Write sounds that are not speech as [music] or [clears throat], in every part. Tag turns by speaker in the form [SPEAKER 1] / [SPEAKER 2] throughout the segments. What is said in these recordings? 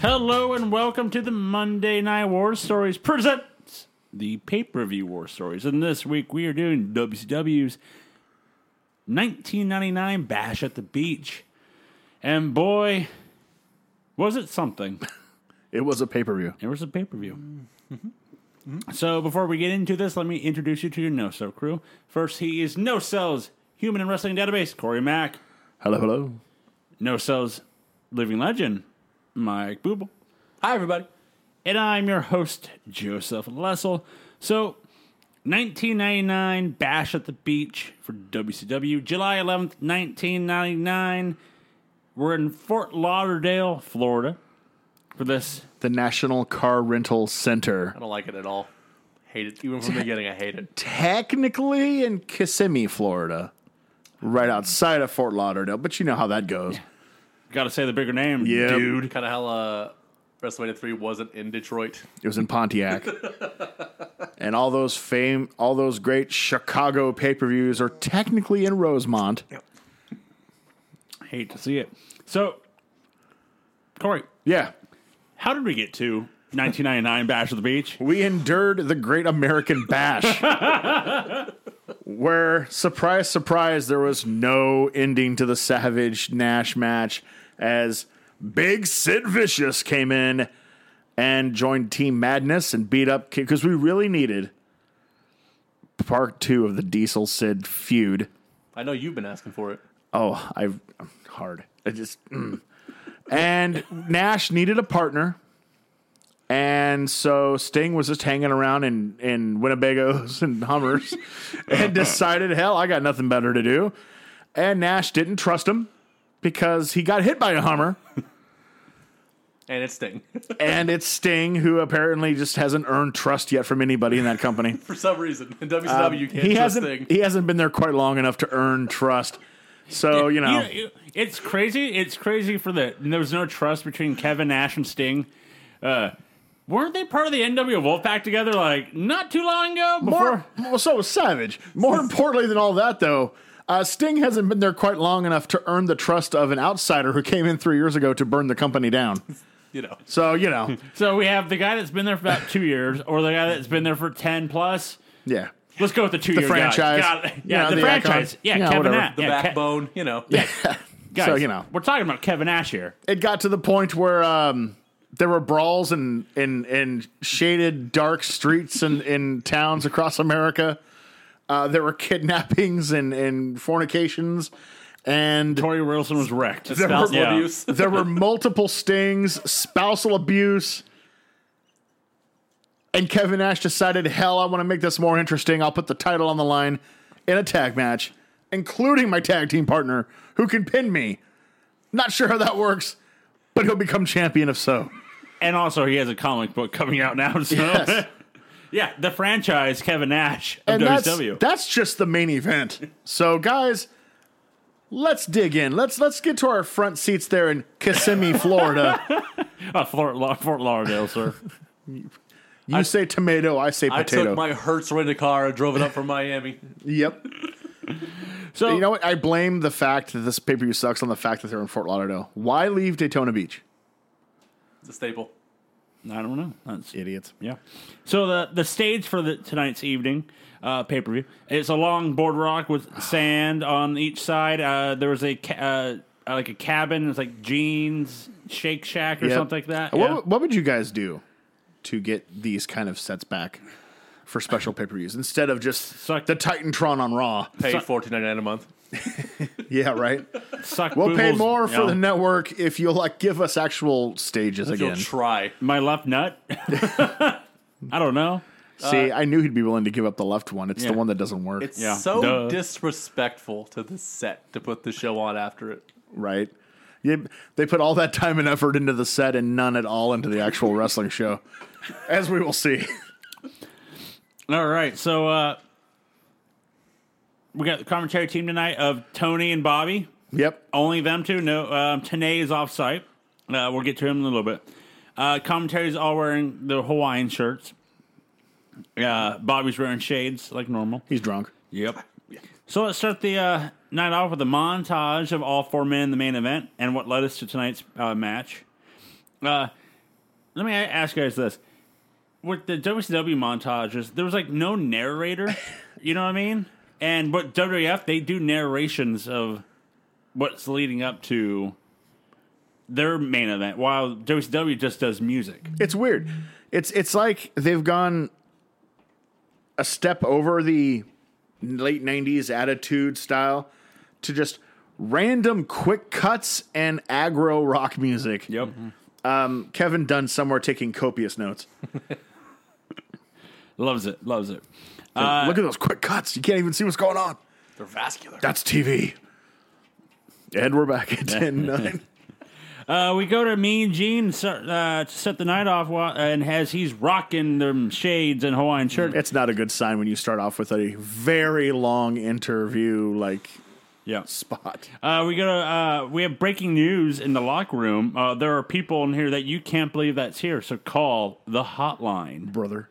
[SPEAKER 1] Hello and welcome to the Monday Night War Stories presents the pay-per-view War Stories. And this week we are doing WCW's 1999 Bash at the Beach. And boy, was it something.
[SPEAKER 2] It was a pay per view.
[SPEAKER 1] It was a pay-per-view. So before we get into this, let me introduce you to your No So crew. First, he is No Cells Human and Wrestling Database, Corey Mack.
[SPEAKER 2] Hello, hello.
[SPEAKER 1] No Cells Living Legend, Mike Booble.
[SPEAKER 3] Hi, everybody.
[SPEAKER 1] and I'm your host, Joseph Lessel. So, 1999 Bash at the Beach for WCW, July 11th, 1999. We're in Fort Lauderdale, Florida, for this.
[SPEAKER 2] The National Car Rental Center.
[SPEAKER 3] I don't like it at all. Hate it. Even from the beginning, I hate [laughs] it.
[SPEAKER 2] Technically in Kissimmee, Florida. Right outside of Fort Lauderdale, but you know how that goes.
[SPEAKER 1] Got to say the bigger name,
[SPEAKER 2] Yeah.
[SPEAKER 1] dude.
[SPEAKER 3] Kind of how uh, WrestleMania 3 wasn't in Detroit.
[SPEAKER 2] It was in Pontiac. and all those fame all those great Chicago pay per views are technically in Rosemont.
[SPEAKER 1] Hate to see it. So, Corey,
[SPEAKER 2] Yeah.
[SPEAKER 1] how did we get to 1999 Bash at the Beach?
[SPEAKER 2] We endured the Great American Bash, where, surprise, surprise, there was no ending to the Savage Nash match as Big Sid Vicious came in and joined Team Madness and beat up because we really needed part two of the Diesel Sid feud.
[SPEAKER 3] I know you've been asking for it.
[SPEAKER 2] Oh, I've I'm hard. I just mm. and Nash needed a partner, and so Sting was just hanging around in in Winnebagos [laughs] and Hummers,
[SPEAKER 3] [laughs]
[SPEAKER 2] and decided, hell, I got nothing better to do, and Nash didn't trust him because he got hit by a Hummer,
[SPEAKER 3] And it's Sting. [laughs]
[SPEAKER 2] and it's Sting who apparently just hasn't earned trust yet from anybody in that company.
[SPEAKER 3] for some reason. In WCW, [laughs] you can't
[SPEAKER 2] he
[SPEAKER 3] trust
[SPEAKER 2] hasn't
[SPEAKER 3] Sting.
[SPEAKER 2] he hasn't been there quite long enough to earn trust. So you know.
[SPEAKER 1] You- you- it's crazy. It's crazy for the there was no trust between Kevin Nash and Sting. Uh, weren't they part of the NW Wolfpack together? Like not too long ago. Before
[SPEAKER 2] More, well, so was Savage. More importantly than all that, though, uh, Sting hasn't been there quite long enough to earn the trust of an outsider who came in three years ago to burn the company down.
[SPEAKER 3] You know,
[SPEAKER 2] So you know,
[SPEAKER 1] so we have the guy that's been there for about two years, or the guy that's been there for ten plus.
[SPEAKER 2] yeah,
[SPEAKER 1] Let's go with the two year Guy.
[SPEAKER 2] franchise.
[SPEAKER 1] Got it.
[SPEAKER 2] You
[SPEAKER 1] Yeah,
[SPEAKER 2] know,
[SPEAKER 1] the,
[SPEAKER 2] the icon.
[SPEAKER 1] franchise. Yeah,
[SPEAKER 2] You know,
[SPEAKER 1] Kevin
[SPEAKER 2] whatever.
[SPEAKER 1] Nash.
[SPEAKER 3] the
[SPEAKER 1] yeah, Ke-
[SPEAKER 3] backbone, you know.
[SPEAKER 1] guys,
[SPEAKER 2] So, you know.
[SPEAKER 1] we're talking about Kevin Nash here.
[SPEAKER 2] it got to the point where um, there were brawls in in in shaded dark streets and in towns across America. Uh, there were kidnappings and and fornications, and
[SPEAKER 1] Tori Wilson was wrecked.
[SPEAKER 3] Spousal
[SPEAKER 1] Yeah.
[SPEAKER 2] [laughs]
[SPEAKER 3] abuse.
[SPEAKER 2] there were multiple stings, spousal abuse, and Kevin Nash decided, hell, I want to make this more interesting. I'll put the title on the line in a tag match, including my tag team partner who can pin me. Not sure how that works, but he'll become champion if so.
[SPEAKER 1] And also, he has a comic book coming out now. So.
[SPEAKER 2] Yes.
[SPEAKER 1] [laughs] yeah, the franchise Kevin Nash of E.
[SPEAKER 2] And that's,
[SPEAKER 3] E.
[SPEAKER 1] WCW.
[SPEAKER 2] that's just the main event. So, guys, let's dig in. Let's let's get to our front seats there in Kissimmee,
[SPEAKER 3] [laughs]
[SPEAKER 2] Florida.
[SPEAKER 1] Uh, Fort, La- Fort Lauderdale, sir.
[SPEAKER 2] You say tomato, I say
[SPEAKER 3] I
[SPEAKER 2] potato.
[SPEAKER 3] took my Hertz rented car and drove it [laughs] up from Miami.
[SPEAKER 2] yep.
[SPEAKER 1] So
[SPEAKER 2] You know what? I blame the fact that this pay per view sucks on the fact that they're in Fort Lauderdale. Why leave Daytona Beach?
[SPEAKER 3] It's a staple.
[SPEAKER 1] I don't know. That's
[SPEAKER 2] Idiots.
[SPEAKER 1] yeah. So the the stage for the tonight's evening uh, pay per view it's a long boardwalk
[SPEAKER 2] [sighs]
[SPEAKER 1] with sand on each side. Uh, there was a ca- uh, uh, like a cabin. It's like jeans, Shake Shack or
[SPEAKER 2] Yep.
[SPEAKER 1] something like that.
[SPEAKER 2] What,
[SPEAKER 1] Yeah.
[SPEAKER 2] what would you guys do to get these kind of sets back for special pay per views instead of just
[SPEAKER 1] Suck-
[SPEAKER 2] the Titantron on Raw?
[SPEAKER 3] Paid fourteen ninety nine a month.
[SPEAKER 1] [laughs]
[SPEAKER 2] Yeah, right.
[SPEAKER 1] Suck
[SPEAKER 2] We'll pay
[SPEAKER 1] Boogles-
[SPEAKER 2] more
[SPEAKER 1] Yeah.
[SPEAKER 2] for the network if you'll like give us actual stages
[SPEAKER 3] If you'll
[SPEAKER 2] again.
[SPEAKER 3] try.
[SPEAKER 1] my left nut. [laughs] I don't know.
[SPEAKER 2] See, I knew he'd be willing to give up the left one. It's
[SPEAKER 1] Uh, yeah.
[SPEAKER 2] the one that doesn't work,
[SPEAKER 3] It's
[SPEAKER 1] Yeah.
[SPEAKER 3] so
[SPEAKER 1] Duh.
[SPEAKER 3] disrespectful to the set to put the show on after it.
[SPEAKER 2] right? Yeah, They put all that time and effort into the set and none at all into the actual wrestling show, as we will see.
[SPEAKER 1] All right, so uh, we got the commentary team tonight of Tony and Bobby.
[SPEAKER 2] Yep.
[SPEAKER 1] Only them two. No, um, Tane is off site. Uh, we'll get to him in a little bit. Uh, commentaries all wearing their Hawaiian shirts. Uh, Bobby's wearing shades like normal.
[SPEAKER 2] He's drunk.
[SPEAKER 1] Yep. So let's start the uh, night off with a montage of all four men in the main event and what led us to tonight's uh, match. Uh, let me a- ask you guys this: with the WCW montages, there was like no narrator. you know what I mean? And but WWF, they do narrations of what's leading up to their main event, while WCW just does music.
[SPEAKER 2] It's weird. It's it's like they've gone a step over the late '90s attitude style to just random quick cuts and aggro rock music.
[SPEAKER 1] Yep.
[SPEAKER 2] Um, Kevin Dunn somewhere taking copious notes.
[SPEAKER 1] Loves it. Loves it.
[SPEAKER 2] Look at those quick cuts. You can't even see what's going on.
[SPEAKER 3] They're vascular.
[SPEAKER 2] That's TV. And we're back at 10 9.
[SPEAKER 1] Uh, we go to Mean Gene so- uh, to set the night off, wa- and as he's rocking them shades and Hawaiian shirt.
[SPEAKER 2] It's not a good sign when you start off with a very long interview like
[SPEAKER 1] Yeah.
[SPEAKER 2] spot.
[SPEAKER 1] Uh, we go to uh, we have breaking news in the locker room. Uh, there are people in here that you can't believe that's here. So call the hotline.
[SPEAKER 2] Brother.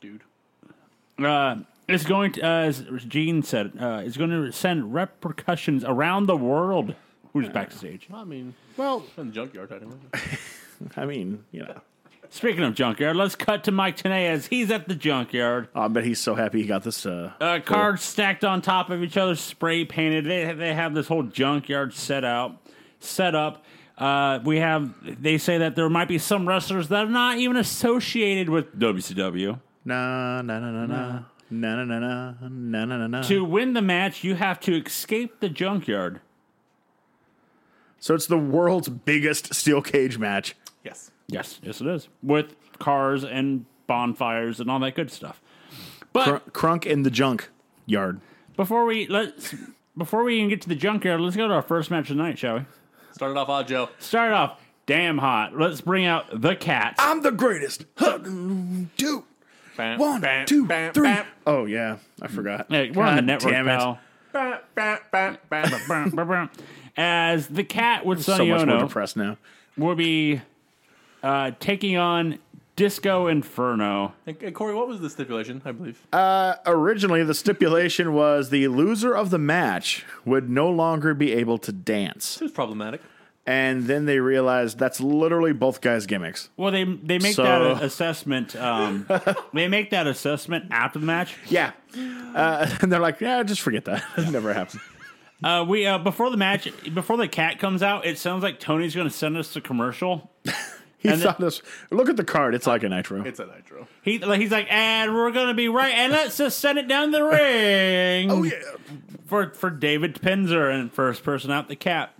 [SPEAKER 3] Dude.
[SPEAKER 1] Uh, it's going to, as Gene said, uh, it's going to send repercussions around the world. Who's backstage?
[SPEAKER 3] I mean,
[SPEAKER 2] Well,
[SPEAKER 3] from the junkyard [laughs] anyway.
[SPEAKER 2] I mean, you know.
[SPEAKER 1] Speaking of junkyard, let's cut to Mike Tenay as he's at the junkyard.
[SPEAKER 2] I bet he's so happy he got this. Uh,
[SPEAKER 1] Uh, cards stacked on top of each other, spray painted. They they have this whole junkyard set out, set up. Uh, we have. They say that there might be some wrestlers that are not even associated with WCW.
[SPEAKER 2] na na na na na na na na na na na na na.
[SPEAKER 1] To win the match, you have to escape the junkyard.
[SPEAKER 2] So it's the world's biggest steel cage match.
[SPEAKER 3] Yes.
[SPEAKER 1] Yes, yes, it is with cars and bonfires and all that good stuff. But
[SPEAKER 2] Cr- crunk in the junk yard.
[SPEAKER 1] before we let's before we even get to the junkyard, let's go to our first match of the night, shall we?
[SPEAKER 3] Started off odd Joe.
[SPEAKER 1] Start off damn hot. Let's bring out the cats.
[SPEAKER 2] I'm the greatest. Two,
[SPEAKER 3] Bam,
[SPEAKER 2] one,
[SPEAKER 3] bam,
[SPEAKER 2] two,
[SPEAKER 3] bam,
[SPEAKER 2] three.
[SPEAKER 3] bam,
[SPEAKER 2] Oh yeah, I forgot.
[SPEAKER 1] Hey, we're on the
[SPEAKER 2] God
[SPEAKER 1] network,
[SPEAKER 2] damn it.
[SPEAKER 1] pal.
[SPEAKER 3] bam, bam, bam, bam.
[SPEAKER 1] Brum, brum, brum. As the cat with
[SPEAKER 2] So
[SPEAKER 1] Sonny
[SPEAKER 2] much more
[SPEAKER 1] Ono
[SPEAKER 2] depressed now.
[SPEAKER 1] will be uh, taking on Disco Inferno.
[SPEAKER 3] And, and Corey, what was the stipulation? I believe.
[SPEAKER 2] Uh, Originally, the stipulation was the loser of the match would no longer be able to dance.
[SPEAKER 3] it was problematic.
[SPEAKER 2] And then they realized that's literally both guys' gimmicks.
[SPEAKER 1] Well, they they make
[SPEAKER 2] So-
[SPEAKER 1] that assessment. Um, they make that assessment after the match.
[SPEAKER 2] Yeah. Uh, [laughs] and they're like, yeah, just forget that. [laughs] It never happened.
[SPEAKER 1] Uh, we uh, before the match, before the cat comes out, it sounds like Tony's going to send us to commercial.
[SPEAKER 2] He
[SPEAKER 1] And
[SPEAKER 2] thought this. Look at the card. It's like a nitro.
[SPEAKER 3] It's a nitro.
[SPEAKER 1] He like, he's like, and we're going to be right, and let's just send it down the ring.
[SPEAKER 2] oh, yeah.
[SPEAKER 1] for for David Penzer and first person out the cat.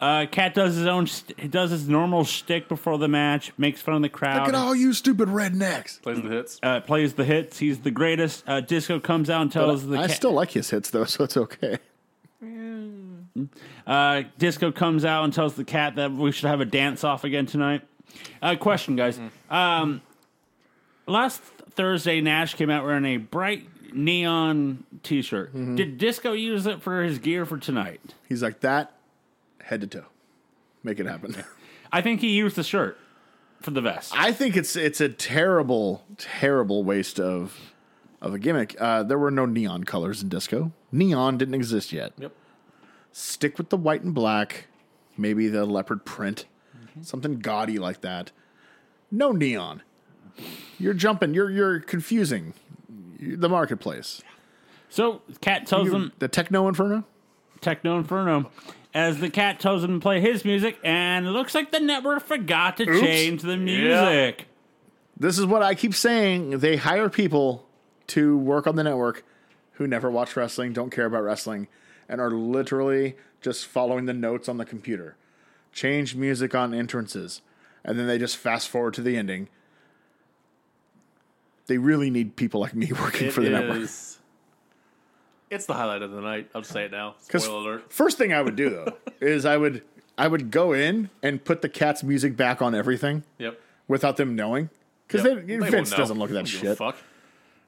[SPEAKER 1] Uh, Cat does his own, st- he does his normal shtick before the match, makes fun of the crowd,
[SPEAKER 2] all you stupid rednecks.
[SPEAKER 3] Plays the hits.
[SPEAKER 1] uh, plays the hits. He's the greatest. Uh, Disco comes out and tells the
[SPEAKER 2] I
[SPEAKER 1] cat.
[SPEAKER 2] still like his hits, though, [laughs] so it's okay.
[SPEAKER 1] uh, Disco comes out and tells the cat that we should have a dance off again tonight. Uh, question, guys. Um, last Thursday, Nash came out wearing a bright neon T-shirt.
[SPEAKER 2] Mm-hmm.
[SPEAKER 1] Did Disco use it for his gear for tonight?
[SPEAKER 2] He's like that, head to toe. Make it happen.
[SPEAKER 1] I think he used the shirt for the vest.
[SPEAKER 2] I think it's it's a terrible, terrible waste of of a gimmick. Uh, there were no neon colors in disco. Neon didn't exist yet.
[SPEAKER 3] Yep.
[SPEAKER 2] Stick with the white and black, maybe the leopard print, something gaudy like that. No neon. You're jumping. You're you're confusing the marketplace.
[SPEAKER 1] So Cat tells
[SPEAKER 2] You-
[SPEAKER 1] him
[SPEAKER 2] the techno inferno.
[SPEAKER 1] Techno Inferno as the cat tells him to play his music, and it looks like the network forgot to change the music.
[SPEAKER 2] This is what I keep saying. They hire people to work on the network who never watch wrestling, don't care about wrestling, and are literally just following the notes on the computer. Change music on entrances, and then they just fast forward to the ending. They really need people like me [laughs] working for the network.
[SPEAKER 3] is- It's the highlight of the night. I'll say it now.
[SPEAKER 2] 'Cause
[SPEAKER 3] Spoiler alert.
[SPEAKER 2] First thing I would do
[SPEAKER 3] [laughs]
[SPEAKER 2] though is I would I would go in and put the cat's music back on everything
[SPEAKER 3] Yep.
[SPEAKER 2] without them knowing. Because
[SPEAKER 3] Yep. They won't
[SPEAKER 2] Vince
[SPEAKER 3] know.
[SPEAKER 2] doesn't look at that
[SPEAKER 3] Don't give a
[SPEAKER 2] shit.
[SPEAKER 3] Fuck.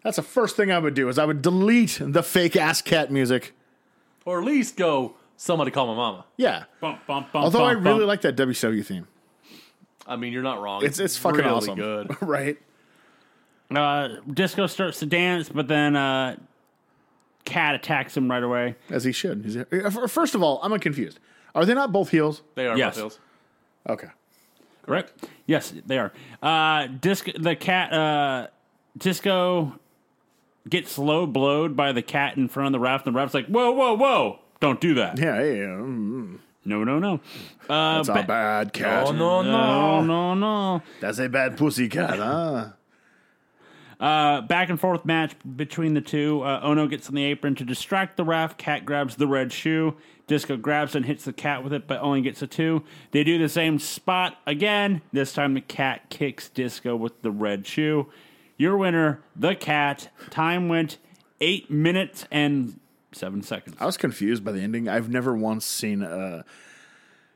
[SPEAKER 2] That's the first thing I would do is I would delete the fake ass cat music.
[SPEAKER 3] Or at least go. Somebody call my mama.
[SPEAKER 2] Yeah.
[SPEAKER 1] Bump, bump, bump,
[SPEAKER 2] Although I
[SPEAKER 1] bump,
[SPEAKER 2] really
[SPEAKER 1] bump.
[SPEAKER 2] like that WCW theme.
[SPEAKER 3] I mean, you're not wrong.
[SPEAKER 2] It's it's fucking
[SPEAKER 3] really
[SPEAKER 2] awesome.
[SPEAKER 3] Good.
[SPEAKER 2] [laughs] right?
[SPEAKER 1] uh, Disco starts to dance, but then uh, Cat attacks him right away.
[SPEAKER 2] As he should. He's- uh, f- First of all, I'm confused. Are they not both heels?
[SPEAKER 3] They are
[SPEAKER 1] Yes.
[SPEAKER 3] yes.
[SPEAKER 2] Okay.
[SPEAKER 1] Correct. Yes, they are. Uh, disc the cat uh, disco gets low blowed by the cat in front of the raft, and the raft's like, "Whoa, whoa, whoa! Don't do that!
[SPEAKER 2] Yeah, yeah. mm,
[SPEAKER 1] No, no, no!
[SPEAKER 2] That's a bad cat.
[SPEAKER 3] Uh, Oh no
[SPEAKER 1] No, no,
[SPEAKER 3] no!
[SPEAKER 1] no!"
[SPEAKER 2] That's a bad pussy cat, huh?
[SPEAKER 1] Uh, back and forth match between the two. Uh, ono gets on the apron to distract the raft. Cat grabs the red shoe. Disco grabs and hits the cat with it, but only gets a two. They do the same spot again. This time the cat kicks Disco with the red shoe. Your winner, the cat. Time went eight minutes and seven seconds.
[SPEAKER 2] I was confused by the ending. I've never once seen a.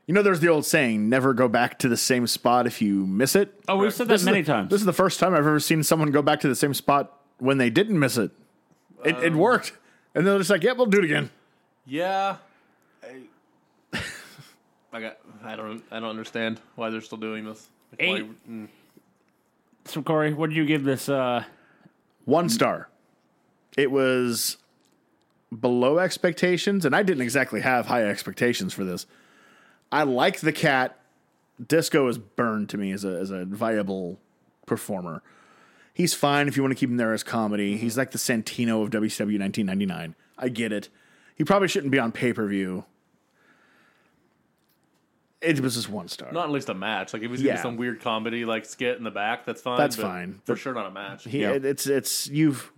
[SPEAKER 2] You know, there's the old saying: "Never go back to the same spot if you miss it."
[SPEAKER 1] Oh, we've said that
[SPEAKER 2] is
[SPEAKER 1] many
[SPEAKER 2] the-
[SPEAKER 1] times.
[SPEAKER 2] This is the first time I've ever seen someone go back to the same spot when they didn't miss it. It,
[SPEAKER 1] Um,
[SPEAKER 2] it worked, and they're just like, "Yep, we'll do it again." [laughs]
[SPEAKER 3] Yeah. I, I got. I don't. I don't understand why they're still doing this. Like,
[SPEAKER 1] Eight.
[SPEAKER 3] why- mm.
[SPEAKER 1] So, Corey, what did you give this? Uh,
[SPEAKER 2] One star. It was below expectations, and I didn't exactly have high expectations for this. I like the cat. Disco is burned to me as a as a viable performer. He's fine if you want to keep him there as comedy. He's like the Santino of WCW 1999. I get it. He probably shouldn't be on pay per view. It was just one star.
[SPEAKER 3] Not at least a match. Like if he's gonna
[SPEAKER 2] Yeah.
[SPEAKER 3] do some weird comedy like skit in the back, that's fine.
[SPEAKER 2] That's
[SPEAKER 3] but
[SPEAKER 2] fine.
[SPEAKER 3] For
[SPEAKER 2] But-
[SPEAKER 3] sure, not a match.
[SPEAKER 2] He,
[SPEAKER 1] Yeah.
[SPEAKER 2] it- it's it's you've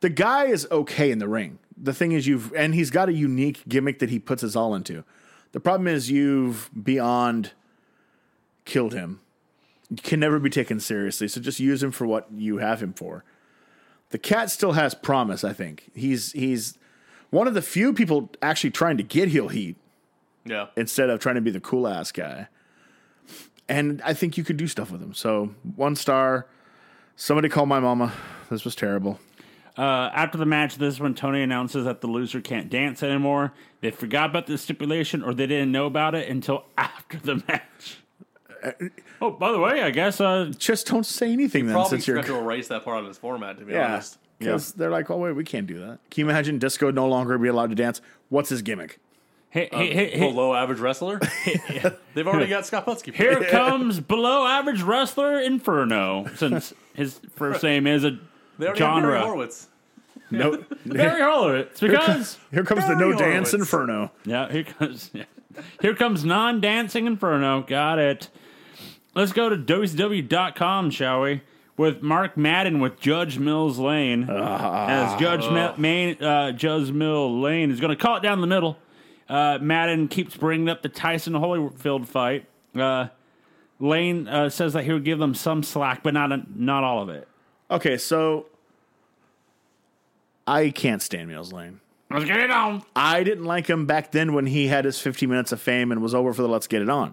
[SPEAKER 2] the guy is okay in the ring. The thing is you've and he's got a unique gimmick that he puts us all into. The problem is you've beyond killed him. You can never be taken seriously, so just use him for what you have him for. The cat still has promise, I think. He's he's one of the few people actually trying to get heel heat
[SPEAKER 3] yeah.
[SPEAKER 2] instead of trying to be the cool ass guy. And I think you could do stuff with him. So one star. Somebody call my mama. This was terrible.
[SPEAKER 1] Uh, after the match, this is when Tony announces that the loser can't dance anymore. They forgot about the stipulation, or they didn't know about it until [laughs] after the match. Oh, by the way, I guess uh,
[SPEAKER 2] Just don't say anything then,
[SPEAKER 3] Probably
[SPEAKER 2] since you're
[SPEAKER 3] forgot to erase that part on his format. To
[SPEAKER 2] [laughs]
[SPEAKER 3] be
[SPEAKER 2] yeah.
[SPEAKER 3] honest.
[SPEAKER 2] Because they're like, oh wait, we can't do that. Can you imagine Disco no longer be allowed to dance? What's his
[SPEAKER 3] [laughs]
[SPEAKER 2] gimmick?
[SPEAKER 1] hey, hey, hey, hey,
[SPEAKER 3] Below
[SPEAKER 1] [laughs]
[SPEAKER 3] average wrestler. They've already got Scott Butsky. [laughs]
[SPEAKER 1] here comes below average wrestler Inferno, since his first name is a
[SPEAKER 3] They already have Barry
[SPEAKER 1] genre.
[SPEAKER 3] Horowitz.
[SPEAKER 2] No,
[SPEAKER 1] Barry Horowitz, because
[SPEAKER 2] here comes the
[SPEAKER 3] Barry
[SPEAKER 2] no dance
[SPEAKER 3] Horowitz.
[SPEAKER 2] inferno.
[SPEAKER 1] yeah, here comes [laughs] yeah. here comes non dancing Inferno. Got it. Let's go to WCW.com, shall we? With Mark Madden with Judge Mills Lane.
[SPEAKER 2] Ah.
[SPEAKER 1] as Judge Ma- Main, uh, Judge Mill Lane is going to call it down the middle. Uh, Madden keeps bringing up the Tyson Holyfield fight. Uh, Lane uh, says that he would give them some slack, but not not all of it.
[SPEAKER 2] Okay, so I can't stand Mills Lane.
[SPEAKER 1] Let's get it on.
[SPEAKER 2] I didn't like him back then when he had his 15 minutes of fame and was over for the Let's Get It On.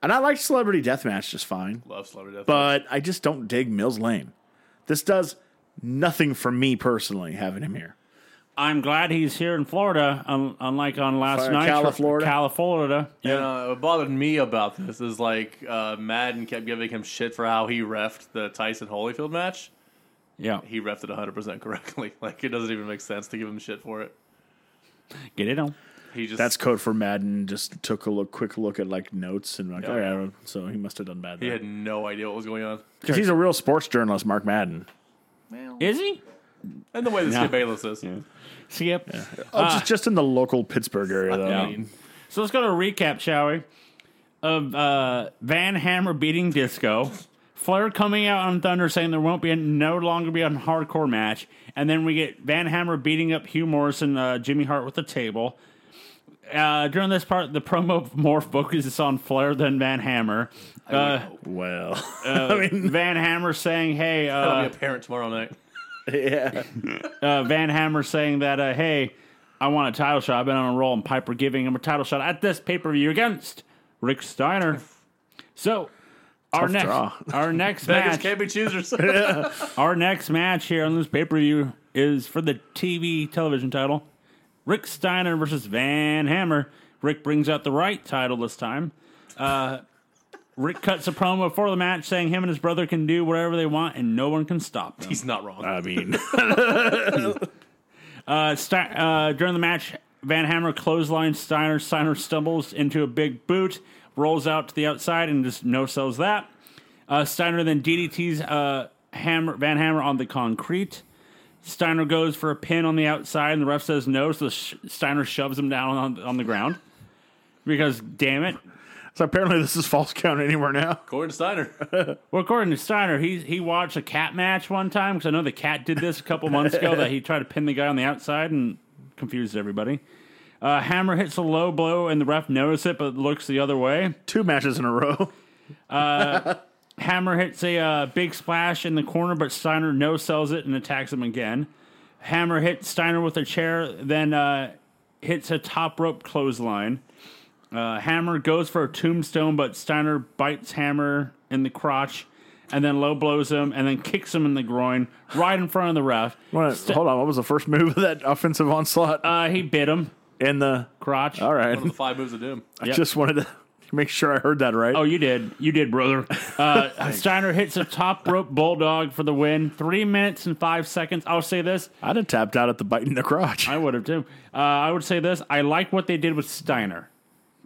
[SPEAKER 2] And I liked Celebrity Deathmatch just fine,
[SPEAKER 3] Love celebrity death.
[SPEAKER 2] but I just don't dig Mills Lane. This does nothing for me personally having him here.
[SPEAKER 1] I'm glad he's here in Florida, un- unlike on last
[SPEAKER 2] Fire-
[SPEAKER 1] night.
[SPEAKER 2] Cala, Florida?
[SPEAKER 1] Cala, Florida.
[SPEAKER 3] You know, what bothered me about this is like uh, Madden kept giving him shit for how he refed the Tyson Holyfield match.
[SPEAKER 1] Yeah.
[SPEAKER 3] He refed it 100% correctly. [laughs] Like, it doesn't even make sense to give him shit for it.
[SPEAKER 1] Get it on.
[SPEAKER 3] He just.
[SPEAKER 2] That's code for Madden. Just took a look, quick look at like notes and like,
[SPEAKER 3] Yeah.
[SPEAKER 2] oh yeah, so he must have done bad.
[SPEAKER 3] He
[SPEAKER 2] there.
[SPEAKER 3] had no idea what was going on.
[SPEAKER 2] 'Cause He's a real sports journalist, Mark Madden.
[SPEAKER 1] Is he?
[SPEAKER 3] And the way that
[SPEAKER 1] No.
[SPEAKER 3] Skip Bayless is.
[SPEAKER 1] Skip.
[SPEAKER 2] Oh, just, just in the local Pittsburgh area though.
[SPEAKER 3] I
[SPEAKER 1] Yeah.
[SPEAKER 3] mean,
[SPEAKER 1] So let's go to a recap, shall we? Of uh, Van Hammer beating Disco, Flair coming out on Thunder saying there won't be a, no longer be a hardcore match, and then we get Van Hammer beating up Hugh Morrison, uh, Jimmy Hart with a table. Uh, during this part, the promo more focuses on Flair than Van Hammer. Uh,
[SPEAKER 2] Well, [laughs]
[SPEAKER 1] Van Hammer saying, "Hey, uh,
[SPEAKER 3] I'll be a parent tomorrow [laughs] night.
[SPEAKER 2] yeah.
[SPEAKER 1] uh, Van Hammer saying that, uh, hey, I want a title shot. I've been on a roll, and Piper giving him a title shot at this pay per view against Rick Steiner. So. Our
[SPEAKER 2] Tough
[SPEAKER 1] next,
[SPEAKER 2] draw.
[SPEAKER 1] our
[SPEAKER 2] [laughs]
[SPEAKER 1] next
[SPEAKER 3] Beggars
[SPEAKER 1] match,
[SPEAKER 3] can't be choosers. [laughs]
[SPEAKER 1] our next match here on this pay per view is for the TV television title, Rick Steiner versus Van Hammer. Rick brings out the right title this time. Uh, Rick cuts a promo before the match, saying him and his brother can do whatever they want, and no one can stop them.
[SPEAKER 3] He's not wrong.
[SPEAKER 2] I mean,
[SPEAKER 1] Uh, Ste- uh, during the match, Van Hammer clothesline Steiner. Steiner stumbles into a big boot, rolls out to the outside, and just no sells that. Uh, Steiner then DDT's uh, Hammer Van Hammer on the concrete. Steiner goes for a pin on the outside, and the ref says no, so sh- Steiner shoves him down on, on the ground. Because, damn it.
[SPEAKER 2] [laughs] So apparently this is false count anywhere now.
[SPEAKER 3] Gordon Steiner. [laughs]
[SPEAKER 1] Well, according to Steiner, he, he watched a cat match one time, because I know the cat did this a couple months ago, that he tried to pin the guy on the outside and confused everybody. Uh, Hammer hits a low blow, and the ref notices it, but looks the other way.
[SPEAKER 2] Two matches in a row.
[SPEAKER 1] Hammer hits a uh, big splash in the corner, but Steiner no sells it and attacks him again. Hammer hits Steiner with a chair, then uh, hits a top rope clothesline. Uh, Hammer goes for a tombstone, but Steiner bites Hammer in the crotch and then low blows him and then kicks him in the groin right in front of the ref.
[SPEAKER 2] What- Hold on, what was the first move of that offensive onslaught?
[SPEAKER 1] Uh, he bit him,
[SPEAKER 2] in the
[SPEAKER 1] crotch.
[SPEAKER 2] all right, [laughs]
[SPEAKER 3] One of the five moves of doom.
[SPEAKER 2] I just wanted to make sure I heard that right.
[SPEAKER 1] Oh, you did. You did, brother.
[SPEAKER 2] [laughs]
[SPEAKER 1] Uh, Steiner hits a top rope bulldog for the win. Three minutes and five seconds. I'll say this.
[SPEAKER 2] I'd have tapped out at the bite in the crotch.
[SPEAKER 1] I would have too. Uh, I would say this: I like what they did with Steiner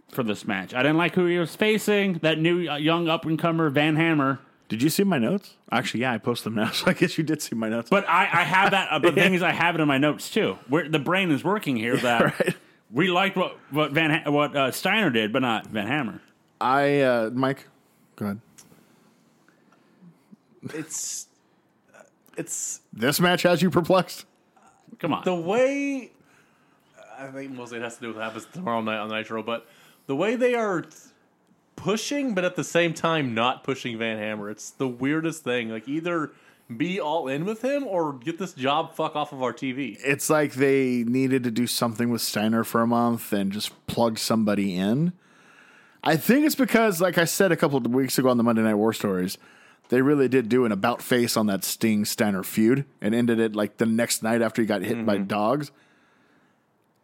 [SPEAKER 1] for this match. I didn't like who he was facing. That new uh, young up and comer Van Hammer.
[SPEAKER 2] Did you see my notes? Actually, yeah, I post them now, [laughs] so I guess you did see my notes.
[SPEAKER 1] But I, I have that. Uh, but the thing is, I have it in my notes too. Where the brain is working here. That
[SPEAKER 2] right.
[SPEAKER 1] we liked what what Van ha- what uh, Steiner did, but not Van Hammer.
[SPEAKER 2] I, uh, Mike, go ahead.
[SPEAKER 3] It's it's
[SPEAKER 2] This match has you perplexed.
[SPEAKER 1] Come on.
[SPEAKER 3] the way I think mostly it has to do with what happens tomorrow night on Nitro, but the way they are pushing, but at the same time not pushing Van Hammer, it's the weirdest thing. Like either be all in with him or get this job fuck off of our TV.
[SPEAKER 2] It's like they needed to do something with Steiner for a month and just plug somebody in. I think it's because, like I said a couple of weeks ago on the Monday Night War Stories, they really did do an about face on that Sting Steiner feud and ended it like the next night after he got hit by dogs.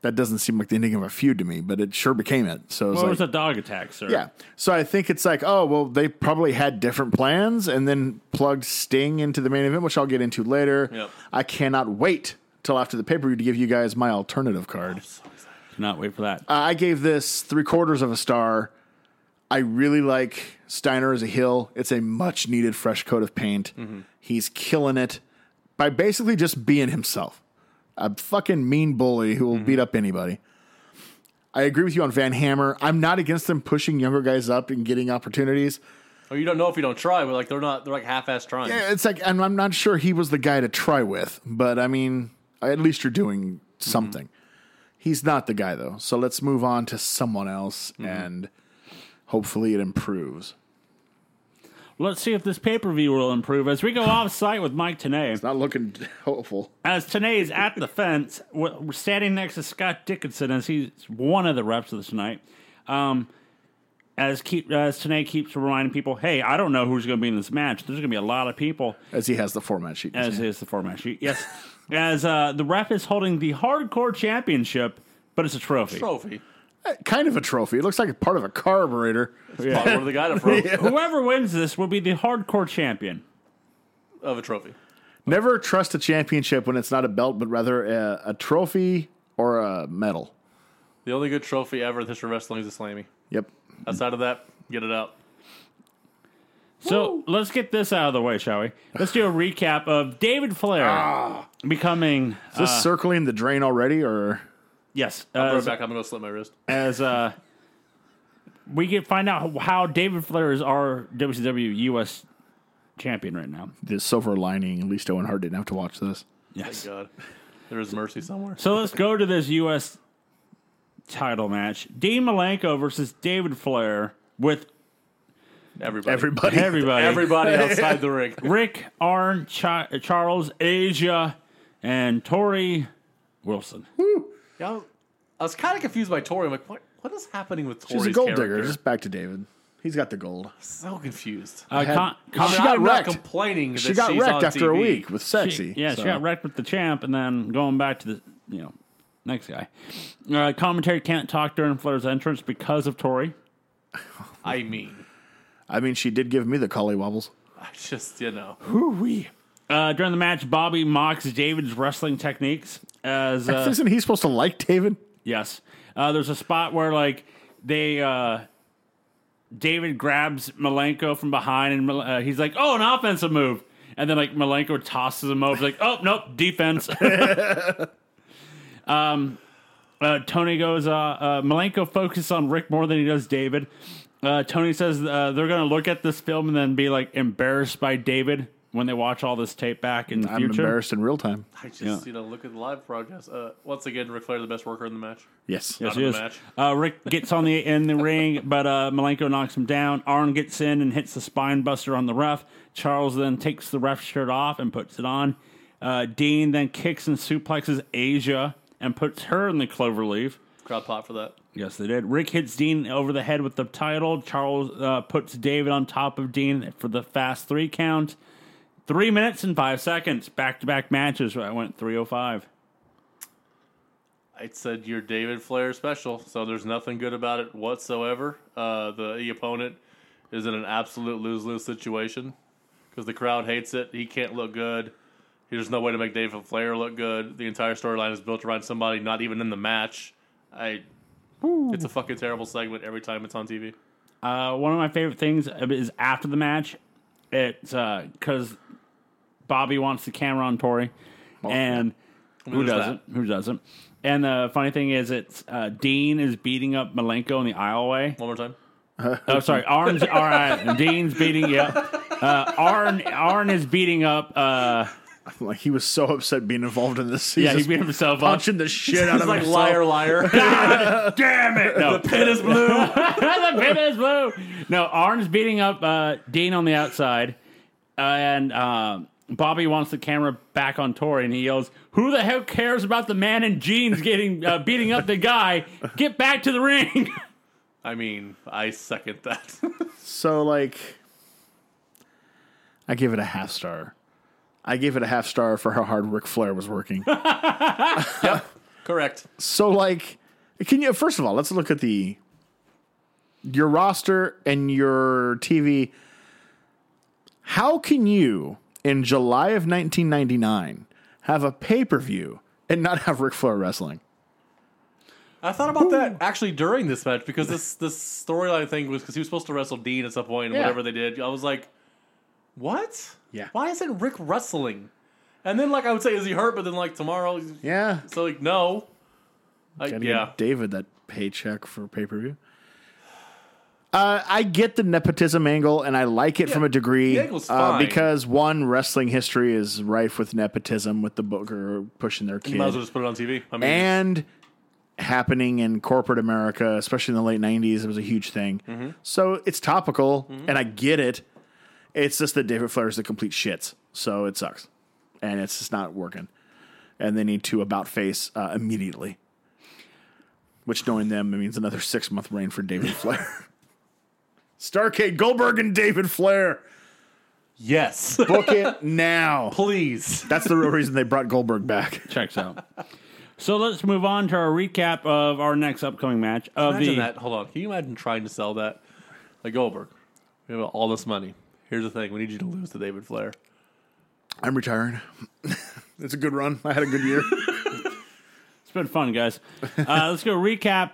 [SPEAKER 2] That doesn't seem like the ending of a feud to me, but it sure became it. So it was
[SPEAKER 1] what
[SPEAKER 2] like,
[SPEAKER 1] was a dog attack, sir?
[SPEAKER 2] Yeah. So I think it's like, oh, well, they probably had different plans and then plugged Sting into the main event, which I'll get into later.
[SPEAKER 3] Yep.
[SPEAKER 2] I cannot wait till after the pay per view to give you guys my alternative card.
[SPEAKER 1] Could not wait for that.
[SPEAKER 2] Uh, I gave this three quarters of a star. I really like Steiner as a heel. It's a much needed fresh coat of paint. He's killing it by basically just being himself. A fucking mean bully who will beat up anybody. I agree with you on Van Hammer. I'm not against them pushing younger guys up and getting opportunities.
[SPEAKER 3] Or you don't know if you don't try, but like they're not they're like half ass trying.
[SPEAKER 2] Yeah, It's like, and I'm not sure he was the guy to try with, but I mean, at least you're doing something. He's not the guy though, so let's move on to someone else, and hopefully it improves.
[SPEAKER 1] Let's see if this pay per view will improve as we go off site with Mike Tanay.
[SPEAKER 2] Not looking [laughs] hopeful.
[SPEAKER 1] As Tanay is at the fence, we're we're standing next to Scott Dickinson as he's one of the reps of this night. Um, as keep as Tanay keeps reminding people, "Hey, I don't know who's going to be in this match. There's going to be a lot of people."
[SPEAKER 2] As he has the format sheet.
[SPEAKER 1] As is the format sheet, yes. as uh, the ref is holding the hardcore championship, but it's a trophy.
[SPEAKER 3] Trophy.
[SPEAKER 2] [laughs] kind of a trophy. It looks like a part of a carburetor.
[SPEAKER 3] Probably where they got it from
[SPEAKER 1] Whoever wins this will be the hardcore champion.
[SPEAKER 3] of a trophy.
[SPEAKER 2] Never trust a championship when it's not a belt, but rather a, a trophy or a medal.
[SPEAKER 3] The only good trophy ever at this wrestling is a slammy.
[SPEAKER 2] Yep.
[SPEAKER 3] Outside of that, get it out.
[SPEAKER 1] So let's get this out of the way, shall we? Let's do a recap of David Flair Ah. becoming uh,
[SPEAKER 2] Is this circling the drain already, or
[SPEAKER 1] yes
[SPEAKER 3] Throw
[SPEAKER 1] as-
[SPEAKER 3] it back, I'm gonna go slip my wrist.
[SPEAKER 1] as uh, we get find out how David Flair is our WCW U.S. champion right now.
[SPEAKER 2] the silver lining? At least Owen Hart didn't have to watch this.
[SPEAKER 1] Yes.
[SPEAKER 3] God. There is mercy somewhere.
[SPEAKER 1] So let's go to this U.S. title match: Dean Malenko versus David Flair with
[SPEAKER 3] Everybody.
[SPEAKER 2] Everybody,
[SPEAKER 1] everybody,
[SPEAKER 2] [laughs]
[SPEAKER 3] Everybody outside the ring.
[SPEAKER 1] Rick, Arn, Chi- Charles, Asia, and Tori Wilson.
[SPEAKER 3] Yeah, I was, I was kind of confused by Tori. I'm like, what? What is happening with Tori's
[SPEAKER 2] She's a gold
[SPEAKER 3] character?
[SPEAKER 2] digger. Just back to David. He's got the gold.
[SPEAKER 3] so confused.
[SPEAKER 1] Uh,
[SPEAKER 2] had-
[SPEAKER 1] con- con-
[SPEAKER 2] She
[SPEAKER 3] I'm
[SPEAKER 2] got
[SPEAKER 3] not
[SPEAKER 2] wrecked.
[SPEAKER 3] complaining. That
[SPEAKER 2] She got
[SPEAKER 3] she's
[SPEAKER 2] wrecked
[SPEAKER 3] on
[SPEAKER 2] after a
[SPEAKER 3] TV.
[SPEAKER 2] week with sexy.
[SPEAKER 1] yeah,
[SPEAKER 2] so.
[SPEAKER 1] she got wrecked with the champ, and then going back to the you know next guy. Uh, commentary can't talk during Flair's entrance because of Tori.
[SPEAKER 3] I mean,
[SPEAKER 2] I mean, she did give me the collie wobbles.
[SPEAKER 3] I just you know,
[SPEAKER 1] Uh, during the match, Bobby mocks David's wrestling techniques as uh,
[SPEAKER 2] Isn't he supposed to like David?
[SPEAKER 1] Yes. Uh, there's a spot where like they uh, David grabs Malenko from behind and Mil- uh, he's like, "Oh, an offensive move." And then like Malenko tosses him over he's like, "Oh, nope, defense." um uh, Tony goes, uh, uh, Malenko focuses on Rick more than he does David. Uh, Tony says uh, they're going to look at this film and then be like embarrassed by David when they watch all this tape back in the
[SPEAKER 2] I'm
[SPEAKER 1] future.
[SPEAKER 2] embarrassed in real time.
[SPEAKER 3] I just you know look at the live broadcast. Uh, once again, Ric Flair the best worker in the match.
[SPEAKER 2] Yes.
[SPEAKER 1] Yes,
[SPEAKER 3] Out
[SPEAKER 1] he
[SPEAKER 3] of
[SPEAKER 1] is.
[SPEAKER 3] the
[SPEAKER 1] Uh, Rick gets on the in the ring, [laughs] but uh, Malenko knocks him down. Arn gets in and hits the spine buster on the ref. Charles then takes the ref's shirt off and puts it on. Uh, Dean then kicks and suplexes Asia and puts her in the clover leaf.
[SPEAKER 3] Crowd pop for that.
[SPEAKER 1] Yes, they did. Rick hits Dean over the head with the title. Charles uh, puts David on top of Dean for the fast three count. Three minutes and five seconds. Back to back matches. I went 305.
[SPEAKER 3] I said you're David Flair special, so there's nothing good about it whatsoever. Uh, the, the opponent is in an absolute lose lose situation because the crowd hates it. He can't look good. There's no way to make David Flair look good. The entire storyline is built around somebody not even in the match. I. It's a fucking terrible segment every time it's on TV.
[SPEAKER 1] Uh, one of my favorite things is after the match, it's because Bobby wants the camera on Tori,
[SPEAKER 2] Oh,
[SPEAKER 1] and who
[SPEAKER 3] there's that.
[SPEAKER 1] doesn't? Who doesn't? And the funny thing is, it's uh, Dean is beating up Malenko in the aisleway.
[SPEAKER 3] One more time.
[SPEAKER 1] Oh, sorry, Arn's all right. Dean's beating yeah. Uh, Arn Arn is beating up. Uh,
[SPEAKER 2] [laughs] Like he was so upset being involved in this.
[SPEAKER 1] yeah,
[SPEAKER 2] he's
[SPEAKER 1] he
[SPEAKER 2] just
[SPEAKER 1] beat himself up.
[SPEAKER 2] [laughs] punching the shit out
[SPEAKER 1] [laughs]
[SPEAKER 3] It's
[SPEAKER 2] of
[SPEAKER 3] like
[SPEAKER 2] himself.
[SPEAKER 3] liar, liar.
[SPEAKER 1] Damn it! No,
[SPEAKER 3] the pit is blue.
[SPEAKER 1] the pin is blue. No, Arn's beating up uh, Dean on the outside, uh, and um, Bobby wants the camera back on Tori, and he yells, "Who the hell cares about the man in jeans getting uh, beating up the guy? Get back to the ring!" [laughs]
[SPEAKER 3] I mean, I second that.
[SPEAKER 2] [laughs] So like, I give it a half star. I give it a half star for how hard Ric Flair was working.
[SPEAKER 3] Correct.
[SPEAKER 2] so like, can you first of all let's look at the your roster and your TV. How can you in July of 1999 have a pay per view and not have Ric Flair wrestling?
[SPEAKER 3] I thought about that actually during this match because this this storyline thing was because he was supposed to wrestle Dean at some point and
[SPEAKER 1] Yeah.
[SPEAKER 3] whatever they did. I was like, what?
[SPEAKER 2] Yeah.
[SPEAKER 3] Why isn't Rick wrestling? And then like I would say, is he hurt? But then like tomorrow,
[SPEAKER 2] Yeah,
[SPEAKER 3] so like no. Like
[SPEAKER 2] Gotta
[SPEAKER 3] yeah,
[SPEAKER 2] give David that paycheck for pay per view. Uh, I get the nepotism angle, and I like it from a degree
[SPEAKER 3] The angle's
[SPEAKER 2] uh,
[SPEAKER 3] fine.
[SPEAKER 2] because one wrestling history is rife with nepotism, with the booker pushing their
[SPEAKER 3] might as well
[SPEAKER 2] kid,
[SPEAKER 3] just put it on TV. I mean,
[SPEAKER 2] and happening in corporate America, especially in the late '90s, it was a huge thing. So it's topical, and I get it. It's just that David Flair is the complete shits, so it sucks, and it's just not working. And they need to about face uh, immediately which knowing them it means another six month reign for [laughs] David Flair. Starcade Goldberg and David Flair.
[SPEAKER 3] [laughs] yes,
[SPEAKER 2] Book it [laughs] now.
[SPEAKER 3] please.
[SPEAKER 2] That's the real reason they brought Goldberg back.
[SPEAKER 1] Checks out. So let's move on to our recap of our next upcoming match of
[SPEAKER 3] Imagine
[SPEAKER 1] the
[SPEAKER 3] that. Hold on. Can you imagine trying to sell that? Like Goldberg, we have all this money. Here's the thing: we need you to lose to David Flair.
[SPEAKER 2] I'm retiring. [laughs] it's a good run. I had a good year.
[SPEAKER 1] It's been fun, guys. Uh, [laughs] let's go recap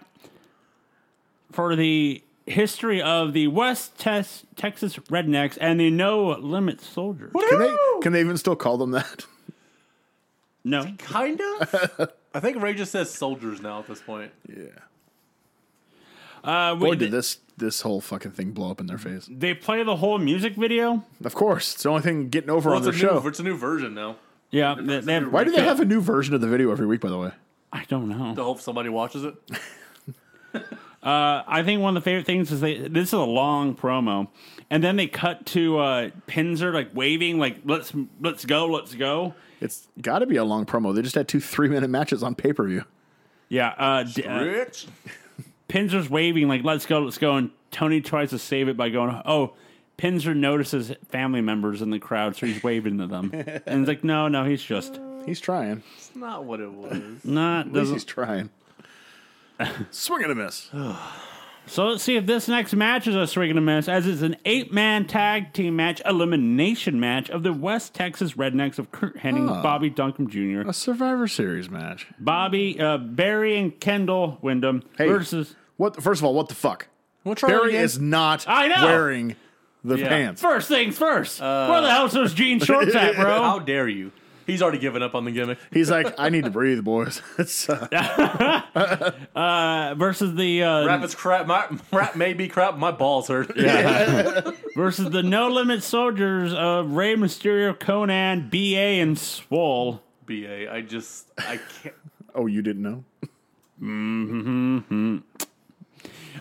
[SPEAKER 1] for the history of the West Tes- Texas Rednecks and the No Limit Soldiers.
[SPEAKER 2] Can they, can they even still call them that? [laughs]
[SPEAKER 1] No,
[SPEAKER 3] Kind of. [laughs] I think Ray just says soldiers now at this point.
[SPEAKER 2] Yeah.
[SPEAKER 1] uh, we,
[SPEAKER 2] Boy, did this this whole fucking thing blow up in their face.
[SPEAKER 1] They play the whole music video.
[SPEAKER 2] Of course, it's the only thing getting over on
[SPEAKER 3] it's,
[SPEAKER 2] their
[SPEAKER 3] a
[SPEAKER 2] show.
[SPEAKER 3] New, it's a new version now.
[SPEAKER 1] Yeah, they, they have,
[SPEAKER 2] Why do they have a new version of the video every week? By the way,
[SPEAKER 1] I don't know. Uh,
[SPEAKER 3] To hope somebody watches it.
[SPEAKER 1] I think one of the favorite things is they. This is a long promo, and then they cut to uh, Pinzer like waving, like let's let's go, let's go.
[SPEAKER 2] it's got to be a long promo. They just had two three minute matches on pay per view.
[SPEAKER 1] Yeah, uh, d- uh,
[SPEAKER 3] Rich.
[SPEAKER 1] Pinzer's waving like "Let's go, let's go," and Tony tries to save it by going, "Oh." Pinzer notices family members in the crowd, so he's waving to them, and he's like, "No, no, he's just
[SPEAKER 2] He's trying.
[SPEAKER 3] It's not
[SPEAKER 1] [laughs]
[SPEAKER 3] what it was.
[SPEAKER 1] not."
[SPEAKER 2] At least he's
[SPEAKER 1] Doesn't,
[SPEAKER 2] trying. Swing and a miss.
[SPEAKER 1] So let's see if this next match is a swing and a miss, as it's an eight man tag team match, elimination match of the West Texas Rednecks of Kurt Hennig, Bobby Duncombe Jr.,
[SPEAKER 2] A Survivor Series match.
[SPEAKER 1] Bobby, uh, Barry, and Kendall Wyndham
[SPEAKER 2] Hey.
[SPEAKER 1] versus.
[SPEAKER 2] What? First of all, what the fuck?
[SPEAKER 3] We'll try
[SPEAKER 2] Barry
[SPEAKER 3] again.
[SPEAKER 2] is not
[SPEAKER 1] I know.
[SPEAKER 2] wearing the
[SPEAKER 3] Yeah.
[SPEAKER 2] pants.
[SPEAKER 1] First things first. Where the hell's those jean shorts at,
[SPEAKER 3] How
[SPEAKER 1] bro?
[SPEAKER 3] dare you? He's already given up on the gimmick.
[SPEAKER 2] He's like, I need to breathe, boys. [laughs] It's, uh,
[SPEAKER 1] Uh, versus the uh,
[SPEAKER 3] Rap is crap. My [laughs] rap may be crap. My balls hurt. [laughs]
[SPEAKER 1] versus the No Limit Soldiers of Rey Mysterio, Conan, BA, and Swole.
[SPEAKER 3] Ba. I just I can't.
[SPEAKER 2] oh, you didn't know?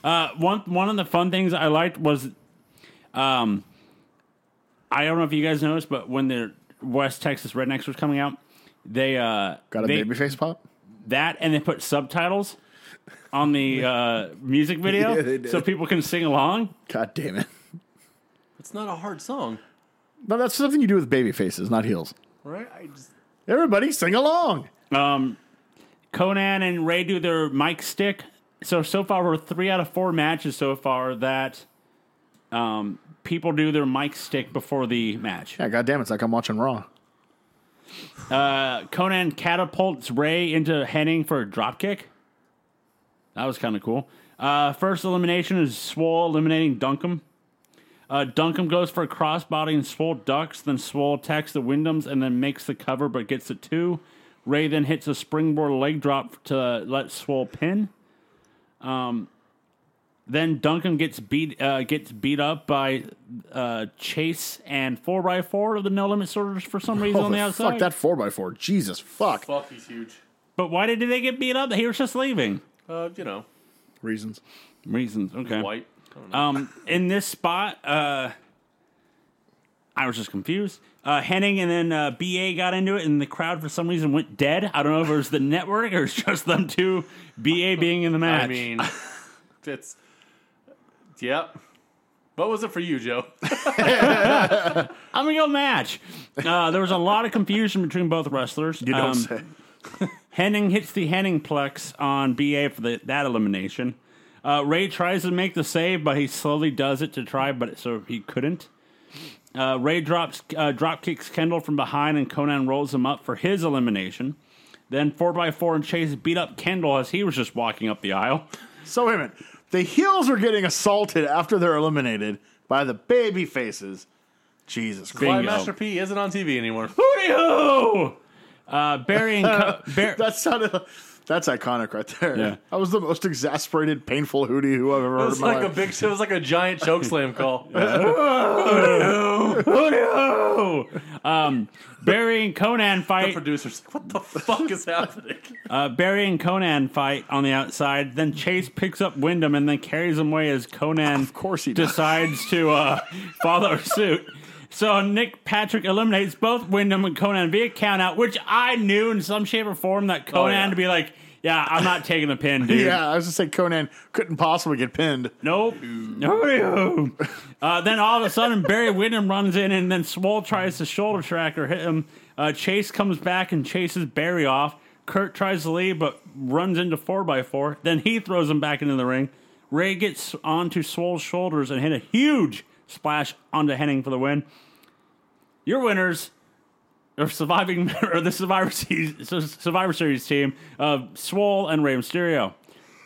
[SPEAKER 1] Uh, one one of the fun things I liked was, um, I don't know if you guys noticed, but when the West Texas Rednecks was coming out, they uh,
[SPEAKER 2] Got a
[SPEAKER 1] they,
[SPEAKER 2] babyface pop?
[SPEAKER 1] that and they put subtitles on
[SPEAKER 2] [laughs]
[SPEAKER 1] the uh, music video
[SPEAKER 2] Yeah, they did.
[SPEAKER 1] so people can sing along.
[SPEAKER 2] God damn it.
[SPEAKER 3] It's not a hard song,
[SPEAKER 2] No, that's something you do with baby faces, not heels.
[SPEAKER 3] right? I just
[SPEAKER 2] Everybody sing along.
[SPEAKER 1] Um, Conan and Ray do their mic stick. So so far we're three out of four matches so far that um, people do their mic stick before the match.
[SPEAKER 2] Yeah, God damn it. It's like I'm watching Raw.
[SPEAKER 1] Uh, Conan catapults Ray into Henning for a dropkick. That was kind of cool. Uh, first elimination is Swole eliminating Duncan. Uh, Duncan goes for a crossbody and Swole ducks. Then Swole attacks the Wyndhams and then makes the cover but gets the two. Ray then hits a springboard leg drop to let Swole pin. Um, then Duncan gets beat uh, gets beat up by uh, Chase and 4x4 of the No Limit Sorters for some reason on the
[SPEAKER 2] Oh,
[SPEAKER 1] outside.
[SPEAKER 2] fuck that 4x4. Jesus, fuck.
[SPEAKER 3] fuck. He's huge.
[SPEAKER 1] But why did they get beat up? He was just leaving.
[SPEAKER 3] Uh, you know,
[SPEAKER 2] Reasons.
[SPEAKER 1] Reasons. Okay.
[SPEAKER 3] white. I don't know.
[SPEAKER 1] Um, in this spot, uh, I was just confused. Uh, Henning and then uh, BA got into it, and the crowd for some reason went dead. I don't know if it was the network or it's just them two, BA being in the match.
[SPEAKER 3] I mean, it's yep. What was it for you, Joe? [laughs]
[SPEAKER 1] I'm gonna go match. Uh, there was a lot of confusion between both wrestlers.
[SPEAKER 2] You don't
[SPEAKER 1] Um,
[SPEAKER 2] say.
[SPEAKER 1] Henning hits the Henning plex on BA for the, that elimination. Uh, Ray tries to make the save, but he slowly does it to try, but so he couldn't. Uh, Ray drops uh, drop kicks Kendall from behind, and Conan rolls him up for his elimination. Then 4x4 and Chase beat up Kendall as he was just walking up the aisle.
[SPEAKER 2] So, wait a minute. The heels are getting assaulted after they're eliminated by the baby faces. Jesus
[SPEAKER 3] Why
[SPEAKER 2] Christ.
[SPEAKER 1] Bingo.
[SPEAKER 3] Master P isn't on TV anymore?
[SPEAKER 1] Hoo! Uh, Barry and Co- Bar-
[SPEAKER 2] That sounded. That's iconic right there.
[SPEAKER 1] Yeah.
[SPEAKER 2] That was the most exasperated, painful hootie who I've ever
[SPEAKER 3] It
[SPEAKER 2] heard
[SPEAKER 3] was
[SPEAKER 2] in my
[SPEAKER 3] like a
[SPEAKER 2] life.
[SPEAKER 3] big. It was like a giant choke slam call.
[SPEAKER 1] Hoo-dee-hoo! um, Barry and Conan fight.
[SPEAKER 3] [laughs] Producers, like, what the fuck is [laughs] happening?
[SPEAKER 1] Uh, Barry and Conan fight on the outside. Then Chase picks up Wyndham and then carries him away as Conan, of
[SPEAKER 2] course he does.
[SPEAKER 1] decides to
[SPEAKER 2] [laughs]
[SPEAKER 1] uh, follow suit. So Nick Patrick eliminates both Wyndham and Conan via countout, which I knew in some shape or form that Conan
[SPEAKER 3] yeah.
[SPEAKER 1] to be like, "Yeah, I'm not taking the pin, dude."
[SPEAKER 2] Oh, [laughs] Yeah, I was just saying Conan couldn't possibly get pinned.
[SPEAKER 1] Nope. No. Uh, then all of a sudden, Barry Windham runs in, and then Swole tries to shoulder track or hit him. Uh, Chase comes back and chases Barry off. Kurt tries to leave, but runs into 4x4. Then he throws him back into the ring. Ray gets onto Swole's shoulders and hit a huge splash onto Henning for the win. Your winners are surviving [laughs] or the Survivor Series, Survivor Series team of Swole and Rey Mysterio.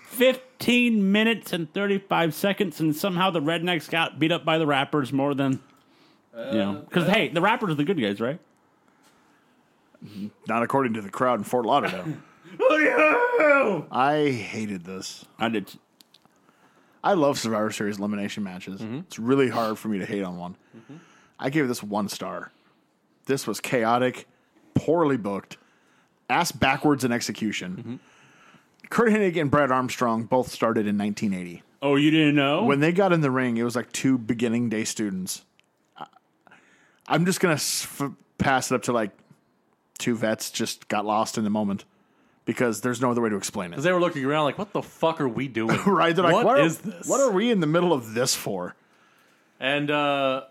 [SPEAKER 1] 15 minutes and 35 seconds, and somehow the rednecks got beat up by the rappers more than, you know, because hey, the rappers are the good guys, right?
[SPEAKER 2] Not according to the crowd in Fort Lauderdale.
[SPEAKER 1] [laughs] Oh,
[SPEAKER 2] I hated this.
[SPEAKER 1] I did.
[SPEAKER 2] I love Survivor Series elimination matches. It's really hard for me to hate on one. I gave this one star. This was chaotic, poorly booked, ass backwards in execution. Kurt Hennig and Brad Armstrong both started in 1980.
[SPEAKER 1] Oh, you didn't know?
[SPEAKER 2] When they got in the ring, it was like two beginning day students. I- I'm just gonna s- f- pass it up to like two vets just got lost in the moment because there's no other way to explain it.
[SPEAKER 3] Because they were looking around, like, what the fuck are we doing?
[SPEAKER 2] [laughs] Right? They're like,
[SPEAKER 3] What
[SPEAKER 2] what are,
[SPEAKER 3] is this?"
[SPEAKER 2] What are we in the middle of this for?
[SPEAKER 3] And uh,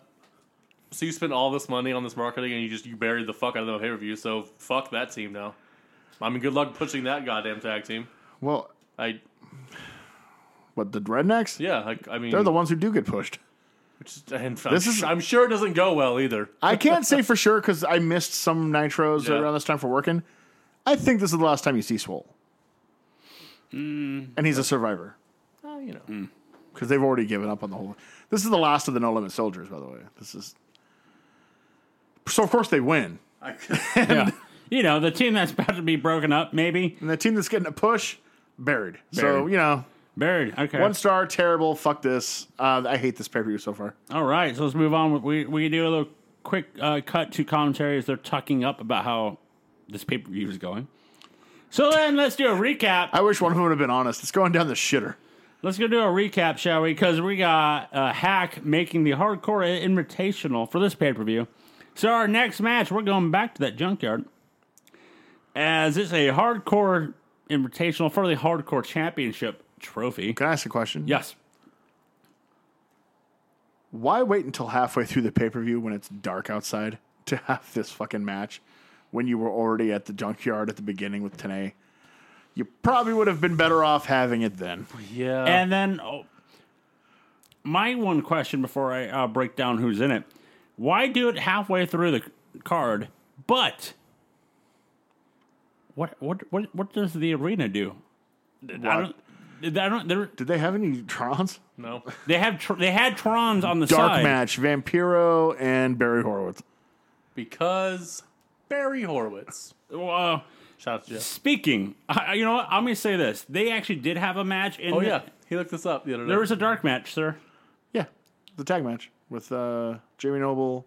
[SPEAKER 3] so you spent all this money on this marketing, and you just you buried the fuck out of the pay per view. So fuck that team now. I mean, good luck pushing that goddamn tag team.
[SPEAKER 2] Well,
[SPEAKER 3] I
[SPEAKER 2] What the rednecks?
[SPEAKER 3] Yeah, like I mean,
[SPEAKER 2] They're the ones who do get pushed.
[SPEAKER 3] which- and I'm,
[SPEAKER 2] This is-
[SPEAKER 3] su- I'm sure it doesn't go well either.
[SPEAKER 2] I can't say for sure because I missed some nitros
[SPEAKER 3] Yeah.
[SPEAKER 2] around this time for working. I think this is the last time you see Swole.
[SPEAKER 3] Hmm.
[SPEAKER 2] And he's a survivor
[SPEAKER 3] Uh, you know,
[SPEAKER 2] Mm. because they've already given up on the whole. This is the last of the No Limit Soldiers, by the way. This is so. Of course, they win.
[SPEAKER 3] I,
[SPEAKER 2] Yeah.
[SPEAKER 1] You know, the team that's about to be broken up, maybe.
[SPEAKER 2] and the team that's getting a push, buried. So
[SPEAKER 1] Buried.
[SPEAKER 2] you know,
[SPEAKER 1] Buried. Okay.
[SPEAKER 2] one star, terrible. Fuck this. Uh, I hate this pay per view so far.
[SPEAKER 1] All right, so let's move on. We we do a little quick uh, cut to commentaries. They're talking up about how this pay per view is going. So then let's do a recap.
[SPEAKER 2] I wish one of them would have been honest. It's going down the shitter.
[SPEAKER 1] Let's go do a recap, shall we? Because we got uh, Hack making the Hardcore Invitational for this pay per view. So our next match, we're going back to that junkyard, as it's a Hardcore Invitational for the Hardcore Championship trophy.
[SPEAKER 2] Can I ask a question?
[SPEAKER 1] Yes.
[SPEAKER 2] Why wait until halfway through the pay per view when it's dark outside to have this fucking match when you were already at the junkyard at the beginning with Tanae? You probably would have been better off having it then.
[SPEAKER 3] [laughs] yeah,
[SPEAKER 1] And then, oh, my one question before I uh, break down who's in it: Why do it halfway through the card? But what what what what does the arena do? I don't. I don't. they're-
[SPEAKER 2] Did they have any Trons?
[SPEAKER 3] no,
[SPEAKER 1] They have tr- they had Trons on the
[SPEAKER 2] Dark
[SPEAKER 1] side.
[SPEAKER 2] match, Vampiro and Barry Horowitz.
[SPEAKER 3] because Barry Horowitz.
[SPEAKER 1] Well, uh,
[SPEAKER 3] Shout out to Jeff.
[SPEAKER 1] speaking, I, I- you know what? I'm gonna say this: They actually did have a match. In
[SPEAKER 3] Oh
[SPEAKER 1] the-
[SPEAKER 3] yeah, he looked this up the other day.
[SPEAKER 1] there was a dark match, sir.
[SPEAKER 2] Yeah, the tag match with uh, Jamie Noble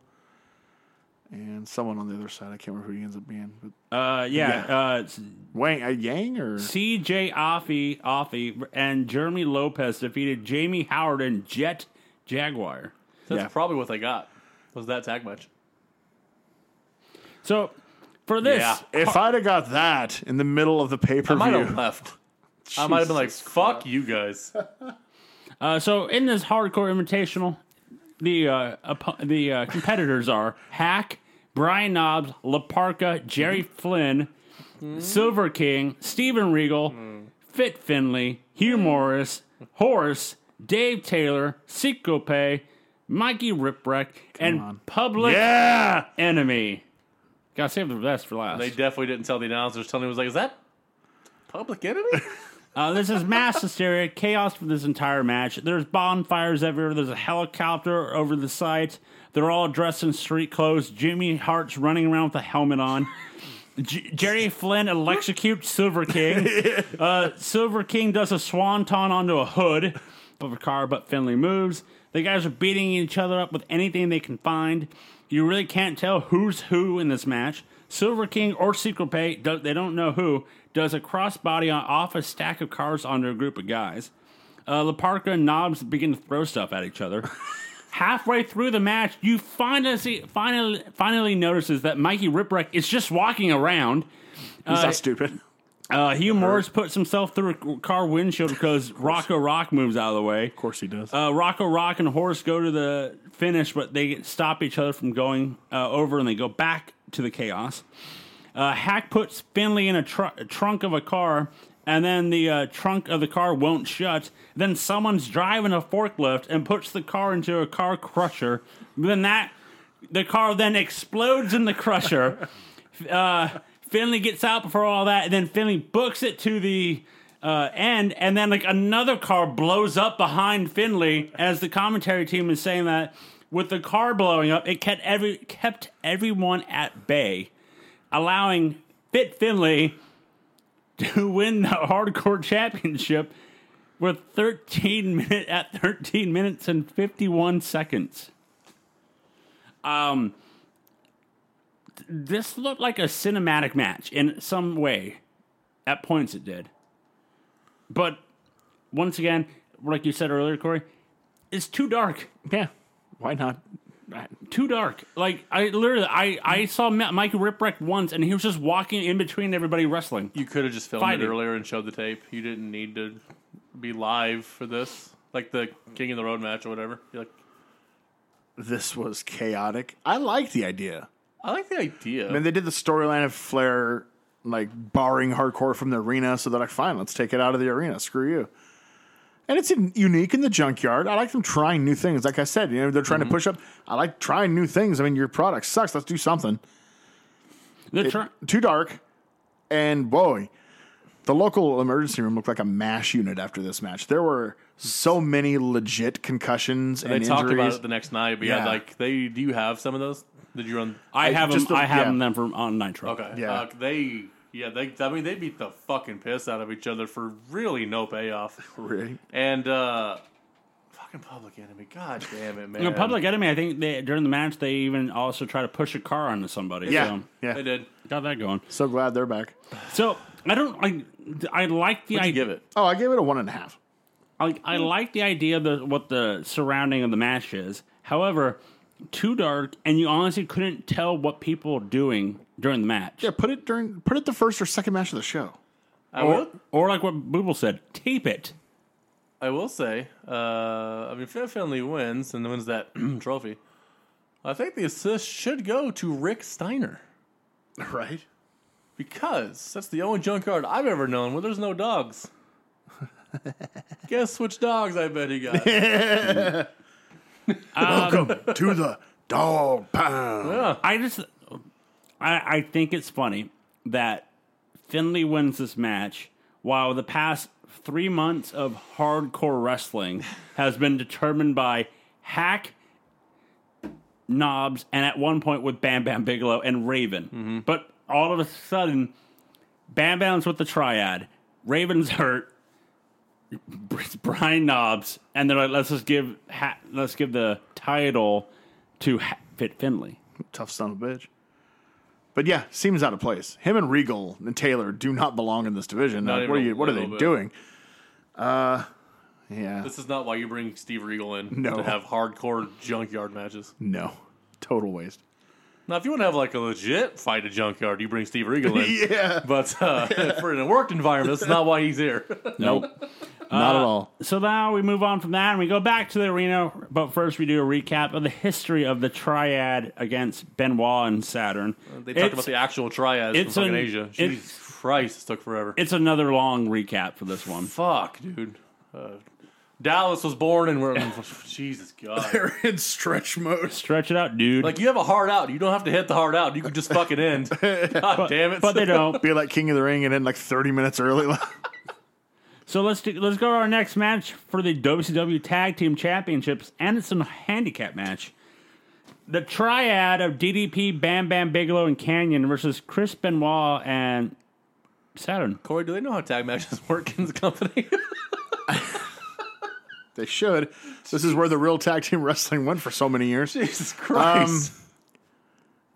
[SPEAKER 2] and someone on the other side. I can't remember who he ends up being. But
[SPEAKER 1] Uh, yeah.
[SPEAKER 2] Yeah.
[SPEAKER 1] Uh, it's
[SPEAKER 2] Wang, uh, Yang or
[SPEAKER 1] CJ Offee, Offee and Jeremy Lopez defeated Jamie Howard and Jet Jaguar.
[SPEAKER 3] That's
[SPEAKER 2] Yeah.
[SPEAKER 3] probably what they got. Was that tag match?
[SPEAKER 1] So for this,
[SPEAKER 3] Yeah.
[SPEAKER 2] if I'd have got that in the middle of the pay per
[SPEAKER 3] I might have
[SPEAKER 2] view,
[SPEAKER 3] [laughs] left. I might have been like, "Fuck you guys."
[SPEAKER 1] uh, so in this hardcore invitational, the uh, oppo- the uh, competitors are Hack, Brian Knobs, Laparca, Jerry Flynn, Silver King, Steven Regal, Fit Finley, Hugh Morris, Horace, Dave Taylor, Sikope, Mikey Ripwreck, and
[SPEAKER 2] on.
[SPEAKER 1] Public
[SPEAKER 2] yeah,
[SPEAKER 1] enemy. Gotta save the best for last.
[SPEAKER 3] They definitely didn't tell the announcers. Tony was like, "Is that Public Enemy?"
[SPEAKER 1] Uh, this is mass hysteria, chaos for this entire match. There's bonfires everywhere. There's a helicopter over the site. They're all dressed in street clothes. Jimmy Hart's running around with a helmet on. J- Jerry Flynn electrocutes Silver King. Uh, Silver King does a swanton onto a hood of a car, but Finley moves. The guys are beating each other up with anything they can find. You really can't tell who's who in this match. Silver King or Secret Pay, do- they don't know who, does a crossbody on, off a stack of cars onto a group of guys. Uh, Laparca and Knobs begin to throw stuff at each other. Halfway through the match, you finally, finally, finally notices that Mikey Ripwreck is just walking around.
[SPEAKER 2] he's not stupid.
[SPEAKER 1] Uh, Hugh Morris puts himself through a car windshield because Rocco Rock moves out of the way.
[SPEAKER 2] Of course he does.
[SPEAKER 1] Uh, Rocco Rock and Horace go to the finish, but they stop each other from going uh, over and they go back to the chaos. Uh, Hack puts Finley in a, tr- a trunk of a car, and then the uh, trunk of the car won't shut. Then someone's driving a forklift and puts the car into a car crusher. Then that the car then explodes in the
[SPEAKER 2] [laughs]
[SPEAKER 1] crusher. uh, Finley gets out before all that, and then Finley books it to the uh, end, and then like another car blows up behind Finley as the commentary team is saying that with the car blowing up, it kept every kept everyone at bay, allowing Fit Finley [laughs] to win the hardcore championship with 13 minute at 13 minutes and 51 seconds. Um this looked like a cinematic match in some way. At points it did. But once again, like you said earlier, Corey, it's too dark
[SPEAKER 2] yeah, why not?
[SPEAKER 1] too dark. Like I literally, I I saw Ma- Mike Ripwreck once, and he was just walking in between everybody wrestling.
[SPEAKER 3] [laughs] You could have just filmed
[SPEAKER 1] Fighting.
[SPEAKER 3] it earlier and showed the tape. You didn't need to be live for this, like the King of the Road match or whatever. You're like,
[SPEAKER 2] This was chaotic. I like the idea.
[SPEAKER 3] I like the idea.
[SPEAKER 2] And they did the storyline of Flair like barring hardcore from the arena, so they're like, fine, let's take it out of the arena. Screw you. and it's in, unique in the junkyard. I like them trying new things. Like I said, you know, they're
[SPEAKER 3] Mm-hmm.
[SPEAKER 2] trying to push up. I like trying new things. I mean, your product sucks. Let's do something.
[SPEAKER 1] They're try-
[SPEAKER 2] Too dark, and boy, the local emergency room looked like a mash unit after this match. There were so many legit concussions and,
[SPEAKER 3] They talked about
[SPEAKER 2] injuries.
[SPEAKER 3] it the next night, but yeah,
[SPEAKER 2] Yeah.
[SPEAKER 3] like they do you have some of those? Did you run?
[SPEAKER 1] I
[SPEAKER 2] I-
[SPEAKER 1] have them.
[SPEAKER 2] just the-
[SPEAKER 1] I have
[SPEAKER 2] yeah.
[SPEAKER 1] 'em then for on Nitro.
[SPEAKER 3] Okay.
[SPEAKER 2] Yeah.
[SPEAKER 3] Uh, they. Yeah. They. I mean, they beat the fucking piss out of each other for really
[SPEAKER 2] [laughs]
[SPEAKER 3] no payoff.
[SPEAKER 2] Right.
[SPEAKER 3] And uh fucking Public Enemy. God damn it, man.
[SPEAKER 1] You know, Public Enemy. I think they, during the match they even also try to push a car onto somebody.
[SPEAKER 2] Yeah,
[SPEAKER 1] so,
[SPEAKER 2] yeah.
[SPEAKER 3] They did.
[SPEAKER 1] got that going.
[SPEAKER 2] So glad they're back.
[SPEAKER 1] So I don't. I I like the
[SPEAKER 3] What'd you
[SPEAKER 1] idea.
[SPEAKER 3] give it?
[SPEAKER 2] Oh, I gave it a one and a half.
[SPEAKER 1] I, I like the idea of the, what the surrounding of the match is. However, too dark, and you honestly couldn't tell what people were doing during the match.
[SPEAKER 2] Yeah, put it during put it the first or second match of the show.
[SPEAKER 3] I
[SPEAKER 1] Or,
[SPEAKER 3] will.
[SPEAKER 1] or like what Booble said, tape it.
[SPEAKER 3] I will say. Uh, I mean, Finn Finley wins and wins that [clears throat] trophy. I think the assist should go to Rick Steiner
[SPEAKER 2] [laughs] Right.
[SPEAKER 3] because that's the only junkyard I've ever known where there's no [laughs] dogs. Guess which dogs I bet he [laughs] got.
[SPEAKER 2] Um, Welcome to the dog pound.
[SPEAKER 1] I just, I, I think it's funny that Finley wins this match while the past three months of hardcore wrestling has been determined by Hack, Knobs, and at one point with Bam Bam Bigelow and Raven. But all of a sudden, Bam Bam's with the triad, Raven's hurt. it's Brian Knobs, and they're like, let's just give ha- let's give the title to ha- Fit Finley.
[SPEAKER 2] Tough son of a bitch. But yeah, seems out of place. Him and Regal and Taylor do not belong in this division.
[SPEAKER 3] Not
[SPEAKER 2] Like, what
[SPEAKER 3] even
[SPEAKER 2] are
[SPEAKER 3] a
[SPEAKER 2] you? What are they
[SPEAKER 3] little bit.
[SPEAKER 2] doing? Uh, yeah,
[SPEAKER 3] This is not why you bring Steve Regal in
[SPEAKER 2] No.
[SPEAKER 3] to have hardcore junkyard matches.
[SPEAKER 2] no, total waste.
[SPEAKER 3] Now, if you want to have like a legit fight at junkyard, you bring Steve Regal
[SPEAKER 2] [laughs]
[SPEAKER 3] in. [laughs]
[SPEAKER 2] Yeah,
[SPEAKER 3] But uh, for an worked environment, that's not why he's here.
[SPEAKER 1] Nope.
[SPEAKER 2] not at all.
[SPEAKER 1] [laughs] so now we move on from that and we go back to the arena. But first, we do a recap of the history of the triad against Benoit and Saturn.
[SPEAKER 3] They talked
[SPEAKER 1] It's-
[SPEAKER 3] about the actual triads
[SPEAKER 1] it's
[SPEAKER 3] from fucking
[SPEAKER 1] an-
[SPEAKER 3] Asia.
[SPEAKER 1] it's-
[SPEAKER 3] Jesus Christ, this took forever.
[SPEAKER 1] It's another long recap for this one.
[SPEAKER 3] Fuck, dude. Uh, Dallas was born
[SPEAKER 1] [laughs]
[SPEAKER 3] and we're Jesus God.
[SPEAKER 2] [laughs] They're in stretch mode.
[SPEAKER 1] Stretch it out, dude.
[SPEAKER 3] Like you have a hard out, you don't have to hit the hard out. You can just
[SPEAKER 1] [laughs]
[SPEAKER 3] fucking end. God damn it!
[SPEAKER 1] but they
[SPEAKER 3] [laughs]
[SPEAKER 1] don't.
[SPEAKER 2] Be like King of the Ring and end like thirty minutes early. [laughs]
[SPEAKER 1] So let's do, let's go to our next match for the WCW Tag Team Championships, and it's a handicap match. The triad of DDP, Bam Bam Bigelow, and Canyon versus Chris Benoit and Saturn.
[SPEAKER 3] Corey, do they know how tag matches work in this company? [laughs]
[SPEAKER 2] they should. This is where the real tag team [laughs] wrestling went for so many years.
[SPEAKER 1] Um,
[SPEAKER 2] Um,
[SPEAKER 3] Jesus Christ!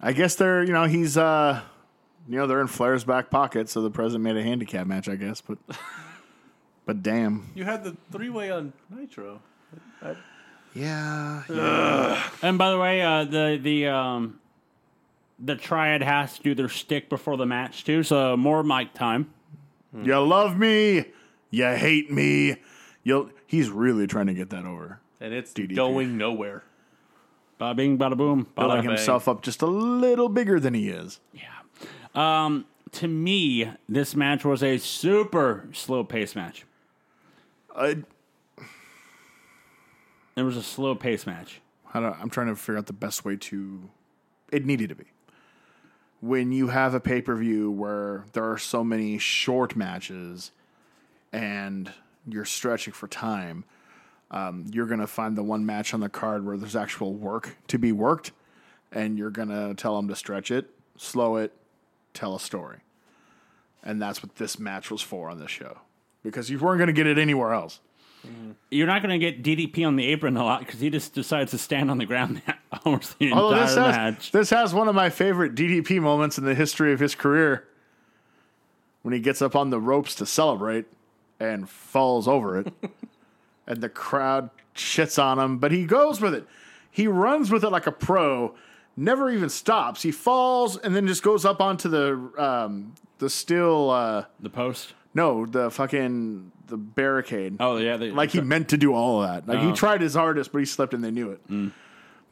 [SPEAKER 2] I guess they're you know he's uh you know they're in Flair's back pocket, so the president made a handicap match, I guess. But [laughs] but damn,
[SPEAKER 3] you had the three way on Nitro.
[SPEAKER 2] yeah,
[SPEAKER 1] And by the way, uh, the the um, the triad has to do their stick before the match too, so more mic time.
[SPEAKER 2] you love me, you hate me. You'll he's really trying to get that over,
[SPEAKER 3] and it's
[SPEAKER 2] DDP.
[SPEAKER 3] going nowhere.
[SPEAKER 1] Bada bing, bada boom. Bada
[SPEAKER 2] building himself up just a little bigger than he is.
[SPEAKER 1] Yeah. Um, to me, this match was a super slow pace match.
[SPEAKER 2] I,
[SPEAKER 1] It was a slow pace match.
[SPEAKER 2] I don't, I'm trying to figure out the best way to. It needed to be when you have a pay per view where there are so many short matches, and you're stretching for time. Um, you're gonna find the one match on the card where there's actual work to be worked, and you're gonna tell them to stretch it, slow it, tell a story, and that's what this match was for on this show, because you weren't gonna get it anywhere else.
[SPEAKER 1] You're not going to get DDP on the apron a lot because he just decides to stand on the ground [laughs] almost the
[SPEAKER 2] Although
[SPEAKER 1] entire
[SPEAKER 2] Oh, this has,
[SPEAKER 1] match.
[SPEAKER 2] this has one of my favorite DDP moments in the history of his career when he gets up on the ropes to celebrate and falls
[SPEAKER 1] [laughs]
[SPEAKER 2] over it. and the crowd shits on him, but he goes with it. He runs with it like a pro, never even stops. He falls and then just goes up onto the um, the steel uh,
[SPEAKER 1] The post.
[SPEAKER 2] no, the fucking the barricade
[SPEAKER 1] Oh yeah, they,
[SPEAKER 2] like he meant to do all of that. Like he tried his hardest, but he slipped and they knew it.
[SPEAKER 3] Mm.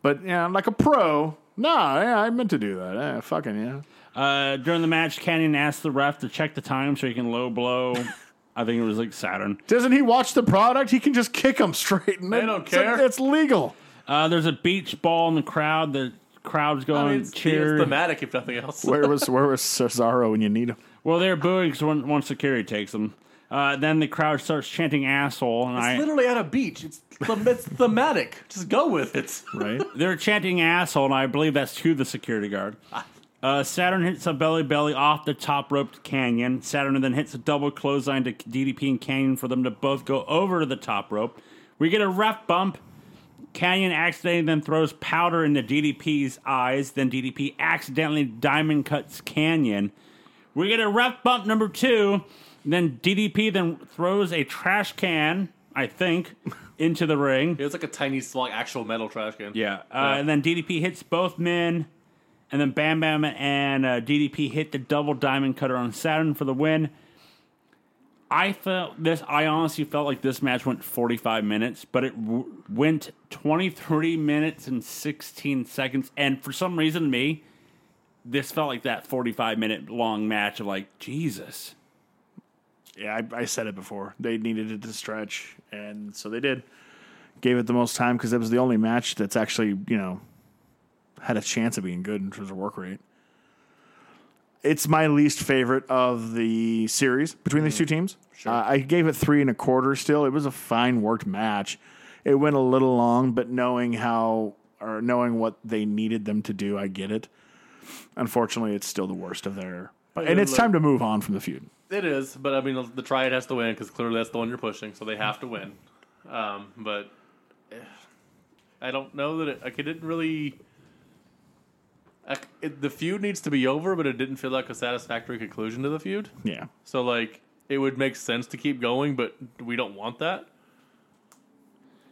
[SPEAKER 2] But yeah, like a pro, nah, yeah, I meant to do that. Yeah, fucking yeah.
[SPEAKER 1] Uh, during the match, Canyon asked the ref to check the time so he can low blow [laughs] I think it was like Saturn.
[SPEAKER 2] Doesn't he watch the product? He can just kick them [laughs] straight. And
[SPEAKER 3] They don't
[SPEAKER 2] it's-
[SPEAKER 3] care.
[SPEAKER 2] It's legal.
[SPEAKER 1] Uh, there's a beach ball in the crowd. The crowd's
[SPEAKER 3] I
[SPEAKER 1] going
[SPEAKER 3] mean, Oh, it's, it's
[SPEAKER 1] Um, cheer.
[SPEAKER 3] thematic, if nothing else.
[SPEAKER 2] Where was where was Cesaro when you need him?
[SPEAKER 1] well, they're booing because one, one security takes them. Uh, then the crowd starts chanting "asshole," and I
[SPEAKER 3] It's literally at a beach. It's, them- it's thematic. Just go with it.
[SPEAKER 2] Right.
[SPEAKER 1] [laughs] they're chanting "asshole," and I believe that's to the security guard. Uh, Saturn hits a belly belly off the top rope to Canyon. Saturn then hits a double clothesline to DDP and Canyon for them to both go over to the top rope. We get a ref bump. Canyon accidentally then throws powder into DDP's eyes. Then DDP accidentally diamond cuts Canyon. We get a ref bump number two. Then DDP then throws a trash can, I think, [laughs] into the ring.
[SPEAKER 3] It was like a tiny, small, actual metal trash can.
[SPEAKER 1] Yeah. Uh, And then DDP hits both men. And then Bam Bam and uh, DDP hit the double diamond cutter on Saturn for the win. I felt this, I honestly felt like this match went 45 minutes, but it w- went 23 minutes and 16 seconds. And for some reason, me, this felt like that 45 minute long match of like, Jesus.
[SPEAKER 2] Yeah, I, I said it before. They needed it to stretch, and so they did. Gave it the most time because it was the only match that's actually you know had a chance of being good in terms of work rate. It's my least favorite of the series between these two teams. Uh, I gave it three and a quarter. Still, it was a fine worked match. It went a little long, but knowing how or knowing what they needed them to do, I get it. Unfortunately, it's still the worst of their. And it's
[SPEAKER 3] look-
[SPEAKER 2] time to move on from the feud.
[SPEAKER 3] It is, but I mean, the triad has to win because clearly that's the one you're pushing, so they have to win. Um, but eh, I don't know that it, like, it didn't really. I c it, the feud needs to be over, but it didn't feel like a satisfactory conclusion to the feud.
[SPEAKER 2] Yeah.
[SPEAKER 3] So, like, it would make sense to keep going, but we don't want that.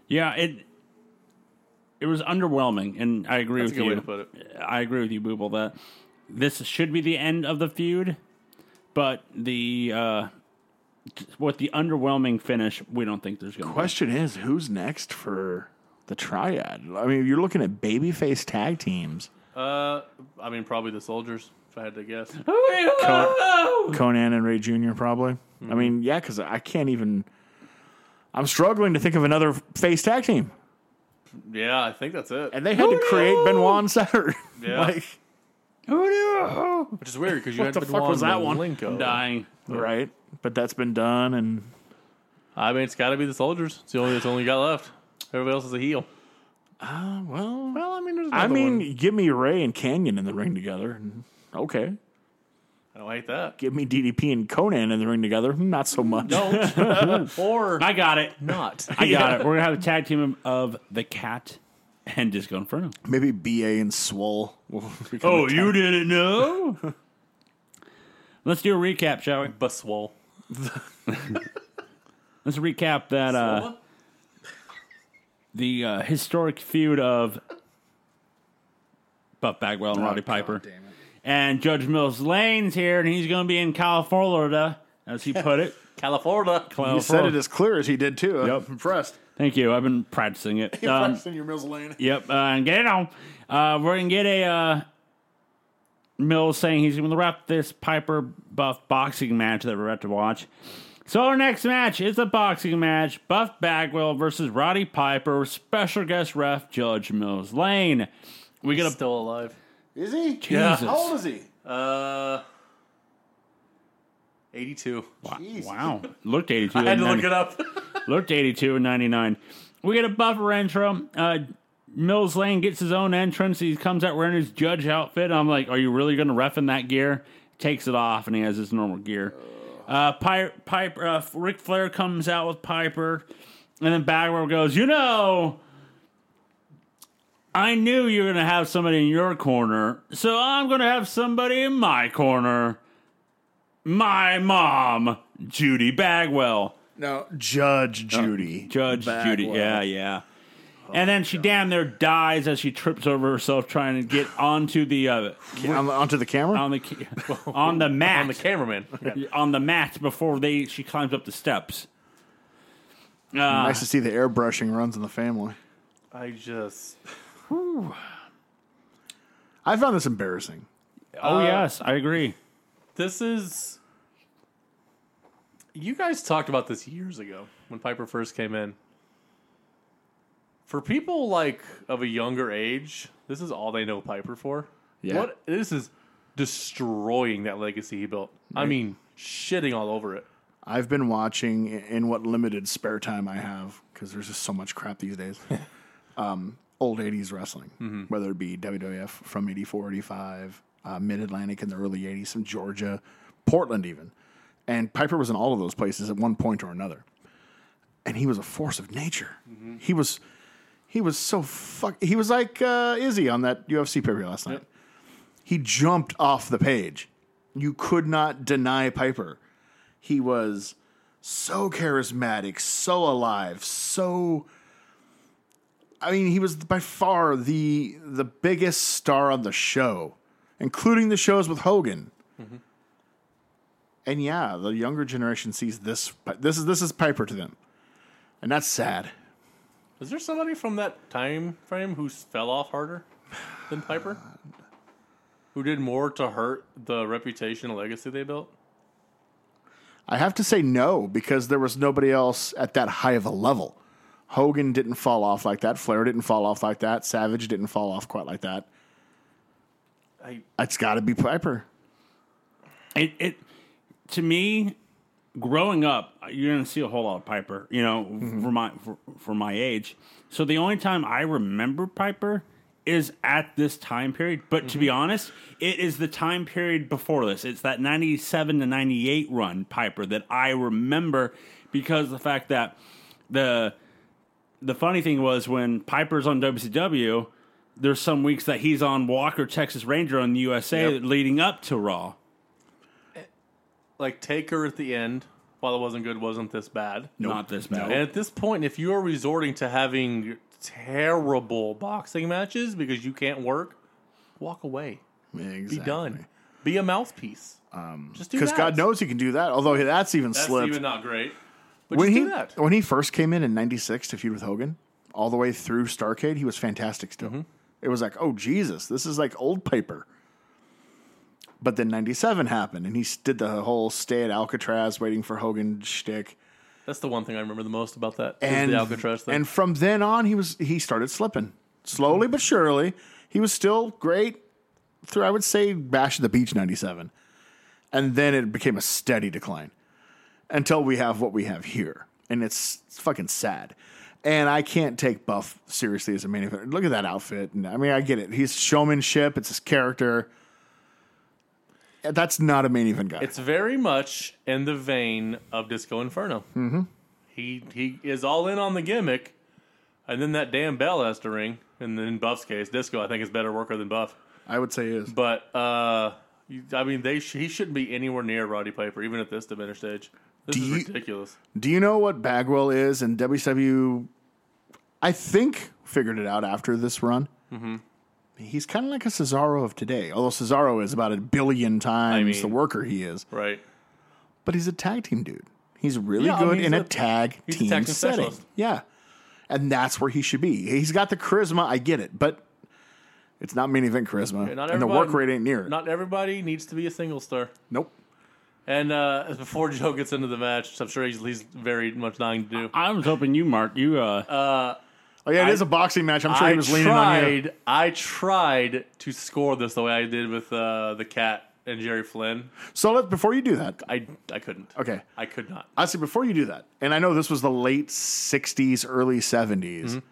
[SPEAKER 1] Yeah, it. It was underwhelming, and I agree
[SPEAKER 3] That's a
[SPEAKER 1] with
[SPEAKER 3] good
[SPEAKER 1] you.
[SPEAKER 3] way to put it.
[SPEAKER 1] I agree with you, Booble, that this should be the end of the feud, but the uh, with the underwhelming finish, we don't think there's going to be.
[SPEAKER 2] Question is, who's next for the triad? I mean, you're looking at babyface tag teams.
[SPEAKER 3] Uh, I mean, probably the soldiers, if I had to guess.
[SPEAKER 2] Conan and Ray Jr. probably.
[SPEAKER 3] Mm-hmm.
[SPEAKER 2] I mean, yeah, because I can't even. I'm struggling to think of another face tag team,
[SPEAKER 3] yeah, I think that's it.
[SPEAKER 2] and they had to create Benoit and Saturn.
[SPEAKER 3] Yeah.
[SPEAKER 2] like,
[SPEAKER 3] Which is weird because you had
[SPEAKER 2] the
[SPEAKER 3] been
[SPEAKER 2] fuck was that one?
[SPEAKER 3] Malenko.
[SPEAKER 1] Dying.
[SPEAKER 2] [laughs] right? But that's been done, and
[SPEAKER 3] I mean, it's got to be the soldiers. It's the only that's only got left. Everybody else is a heel.
[SPEAKER 2] uh, well,
[SPEAKER 3] Well, I mean, there's
[SPEAKER 2] I mean, give me Ray and Canyon in the ring together. and- Okay,
[SPEAKER 3] I don't
[SPEAKER 1] [laughs]
[SPEAKER 3] hate that.
[SPEAKER 2] give me DDP and Conan in the ring together. Not so much.
[SPEAKER 3] Mm-hmm. Don't or
[SPEAKER 1] I got it.
[SPEAKER 3] not.
[SPEAKER 1] [laughs] I got it.
[SPEAKER 2] [laughs]
[SPEAKER 1] We're going to have a tag team of the Cat and Disco Inferno.
[SPEAKER 2] Maybe BA and Swole. will [laughs] become a
[SPEAKER 1] Oh,
[SPEAKER 2] tag
[SPEAKER 1] you didn't know?
[SPEAKER 2] [laughs]
[SPEAKER 1] Let's do a recap, shall we?
[SPEAKER 3] Buswell.
[SPEAKER 1] Let's recap that uh, the uh, historic feud of Buff Bagwell
[SPEAKER 2] Oh,
[SPEAKER 1] and Roddy Piper. And Judge Mills Lane's here, and he's going to be in California, as he put it.
[SPEAKER 3] California.
[SPEAKER 2] [laughs] You said it as clear as he did too. I'm
[SPEAKER 1] Oh, Yep.
[SPEAKER 2] impressed.
[SPEAKER 1] Thank you. I've been practicing it.
[SPEAKER 2] [laughs] You're
[SPEAKER 1] Um,
[SPEAKER 2] practicing your Mills Lane.
[SPEAKER 1] yep. Uh, and get it on. Uh, we're going to get a uh, Mills saying he's going to wrap this Piper Buff boxing match that we're about to watch. So our next match is a boxing match: Buff Bagwell versus Roddy Piper. Special guest ref Judge Mills Lane. We get a
[SPEAKER 3] still alive.
[SPEAKER 4] Is he?
[SPEAKER 1] Jesus.
[SPEAKER 4] How old is he?
[SPEAKER 3] Uh, eighty-two.
[SPEAKER 4] Jesus.
[SPEAKER 1] Wow. Looked 82.
[SPEAKER 3] [laughs] I had
[SPEAKER 1] and
[SPEAKER 3] to look
[SPEAKER 1] 90
[SPEAKER 3] it up.
[SPEAKER 1] Looked 82 and 99. We get a buffer intro. Uh, Mills Lane gets his own entrance. He comes out wearing his judge outfit. I'm like, are you really going to ref in that gear? Takes it off and he has his normal gear. Uh, Piper, Piper uh, Ric Flair comes out with Piper. And then Bagwell goes, you know, I knew you were going to have somebody in your corner. So I'm going to have somebody in my corner. My mom, Judy Bagwell.
[SPEAKER 2] No, Judge Judy.
[SPEAKER 1] Judge Judy. Yeah, yeah. and then she damn near dies as she trips over herself trying to get onto the uh,
[SPEAKER 2] [laughs] On, onto the camera.
[SPEAKER 1] on the [laughs] ca- on the mat
[SPEAKER 3] I'm the cameraman.
[SPEAKER 1] on the mat before they she climbs up the steps. Uh,
[SPEAKER 2] nice to see the airbrushing runs in the family.
[SPEAKER 3] I just.
[SPEAKER 2] I found this embarrassing.
[SPEAKER 1] uh, Oh yes, I agree.
[SPEAKER 3] This is. you guys talked about this years ago when Piper first came in. For people like of a younger age, this is all they know Piper for.
[SPEAKER 2] Yeah.
[SPEAKER 3] What this is destroying that legacy he built. I mean, shitting all over it.
[SPEAKER 2] I've been watching i- in what limited spare time I have because there's just so much crap these days. um, old 80s wrestling, whether it be WWF from 84, 85, uh, Mid Atlantic in the early 80s, some Georgia, Portland even. And Piper was in all of those places at one point or another. And he was a force of nature. He was. He was so fuck. He was like uh, Izzy on that UFC pay per view last night. He jumped off the page. You could not deny Piper he was so charismatic, so alive, so I mean, he was by far the the biggest star on the show, including the shows with Hogan. And yeah, the younger generation sees this this is this is Piper to them. And that's sad.
[SPEAKER 3] Is there somebody from that time frame who fell off harder than Piper? Who did more to hurt the reputation and legacy they built?
[SPEAKER 2] I have to say no because there was nobody else at that high of a level. Hogan didn't fall off like that. Flair didn't fall off like that. Savage didn't fall off quite like that.
[SPEAKER 3] I
[SPEAKER 2] It's got to be Piper.
[SPEAKER 1] it, it to me growing up you're gonna see a whole lot of piper you know for my for, for my age so the only time i remember piper is at this time period but to be honest it is the time period before this it's that 97 to 98 run piper that i remember because of the fact that the the funny thing was when Piper's on WCW, there's some weeks that he's on Walker Texas Ranger on the USA
[SPEAKER 3] Yep.
[SPEAKER 1] leading up to Raw.
[SPEAKER 3] like Taker at the end, while it wasn't good, wasn't this bad.
[SPEAKER 1] Not this bad.
[SPEAKER 3] And at this point, if you are resorting to having terrible boxing matches because you can't work, walk away. Be
[SPEAKER 2] Exactly.
[SPEAKER 3] done. Be a mouthpiece. Um, just do
[SPEAKER 2] because
[SPEAKER 3] that.
[SPEAKER 2] God knows he can do that. Although that's even
[SPEAKER 3] that's
[SPEAKER 2] slipped.
[SPEAKER 3] even not great. But
[SPEAKER 2] when
[SPEAKER 3] just
[SPEAKER 2] he
[SPEAKER 3] do that.
[SPEAKER 2] when he first came in in '96 to feud with Hogan, all the way through Starcade, he was fantastic. Still,
[SPEAKER 3] Mm-hmm.
[SPEAKER 2] it was like, oh Jesus, this is like old Piper. But then '97 happened, and he s- did the whole stay at Alcatraz waiting for Hogan shtick,
[SPEAKER 3] That's the one thing I remember the most about that. is
[SPEAKER 2] and
[SPEAKER 3] the Alcatraz thing.
[SPEAKER 2] and from then on, he was he started slipping slowly but surely. He was still great through, I would say, Bash at the Beach '97, and then it became a steady decline. until we have what we have here. And it's, it's fucking sad. And I can't take Buff seriously as a main eventer. Look at that outfit. And I mean, I get it. He's showmanship, it's his character. Uh, That's not a main event guy.
[SPEAKER 3] It's very much in the vein of Disco Inferno. Mm-hmm. He he is all in on the gimmick, and then that damn bell has to ring. And then in Buff's case, Disco I think is better worker than Buff.
[SPEAKER 2] I would say is.
[SPEAKER 3] But uh, you, I mean, they sh- he shouldn't be anywhere near Roddy Piper, even at this diminished age. This
[SPEAKER 2] Do
[SPEAKER 3] is
[SPEAKER 2] you-
[SPEAKER 3] ridiculous.
[SPEAKER 2] Do you know what Bagwell is? And WCW, I think, figured it out after this run. Mm-hmm. He's kind of like a Cesaro of today, although Cesaro is about a billion times
[SPEAKER 3] mean-
[SPEAKER 2] the worker he is.
[SPEAKER 3] Right?
[SPEAKER 2] but he's a tag team dude. He's really
[SPEAKER 3] Yeah, I
[SPEAKER 2] good
[SPEAKER 3] mean, he's
[SPEAKER 2] in a,
[SPEAKER 3] a-
[SPEAKER 2] tag
[SPEAKER 3] he's a
[SPEAKER 2] team
[SPEAKER 3] tag team
[SPEAKER 2] setting.
[SPEAKER 3] specialist.
[SPEAKER 2] Yeah. And that's where he should be. He's got the charisma. I get it, but it's not main event charisma.
[SPEAKER 3] Yeah, not
[SPEAKER 2] and the
[SPEAKER 3] everybody-
[SPEAKER 2] work rate ain't near it.
[SPEAKER 3] Not everybody needs to be a single star.
[SPEAKER 2] nope.
[SPEAKER 3] And uh, before [laughs] Joe gets into the match, I'm sure he's, he's very much dying to do.
[SPEAKER 1] I was hoping you, Mark, you uh,
[SPEAKER 2] Oh, yeah, it is a boxing match. I'm sure
[SPEAKER 3] I
[SPEAKER 2] he was
[SPEAKER 3] tried,
[SPEAKER 2] leaning on you.
[SPEAKER 3] I tried to score this the way I did with uh, the cat and Jerry Flynn.
[SPEAKER 2] So let, before you do that,
[SPEAKER 3] I I couldn't.
[SPEAKER 2] okay.
[SPEAKER 3] I could not.
[SPEAKER 2] I see. Before you do that, and I know this was the late '60s, early '70s,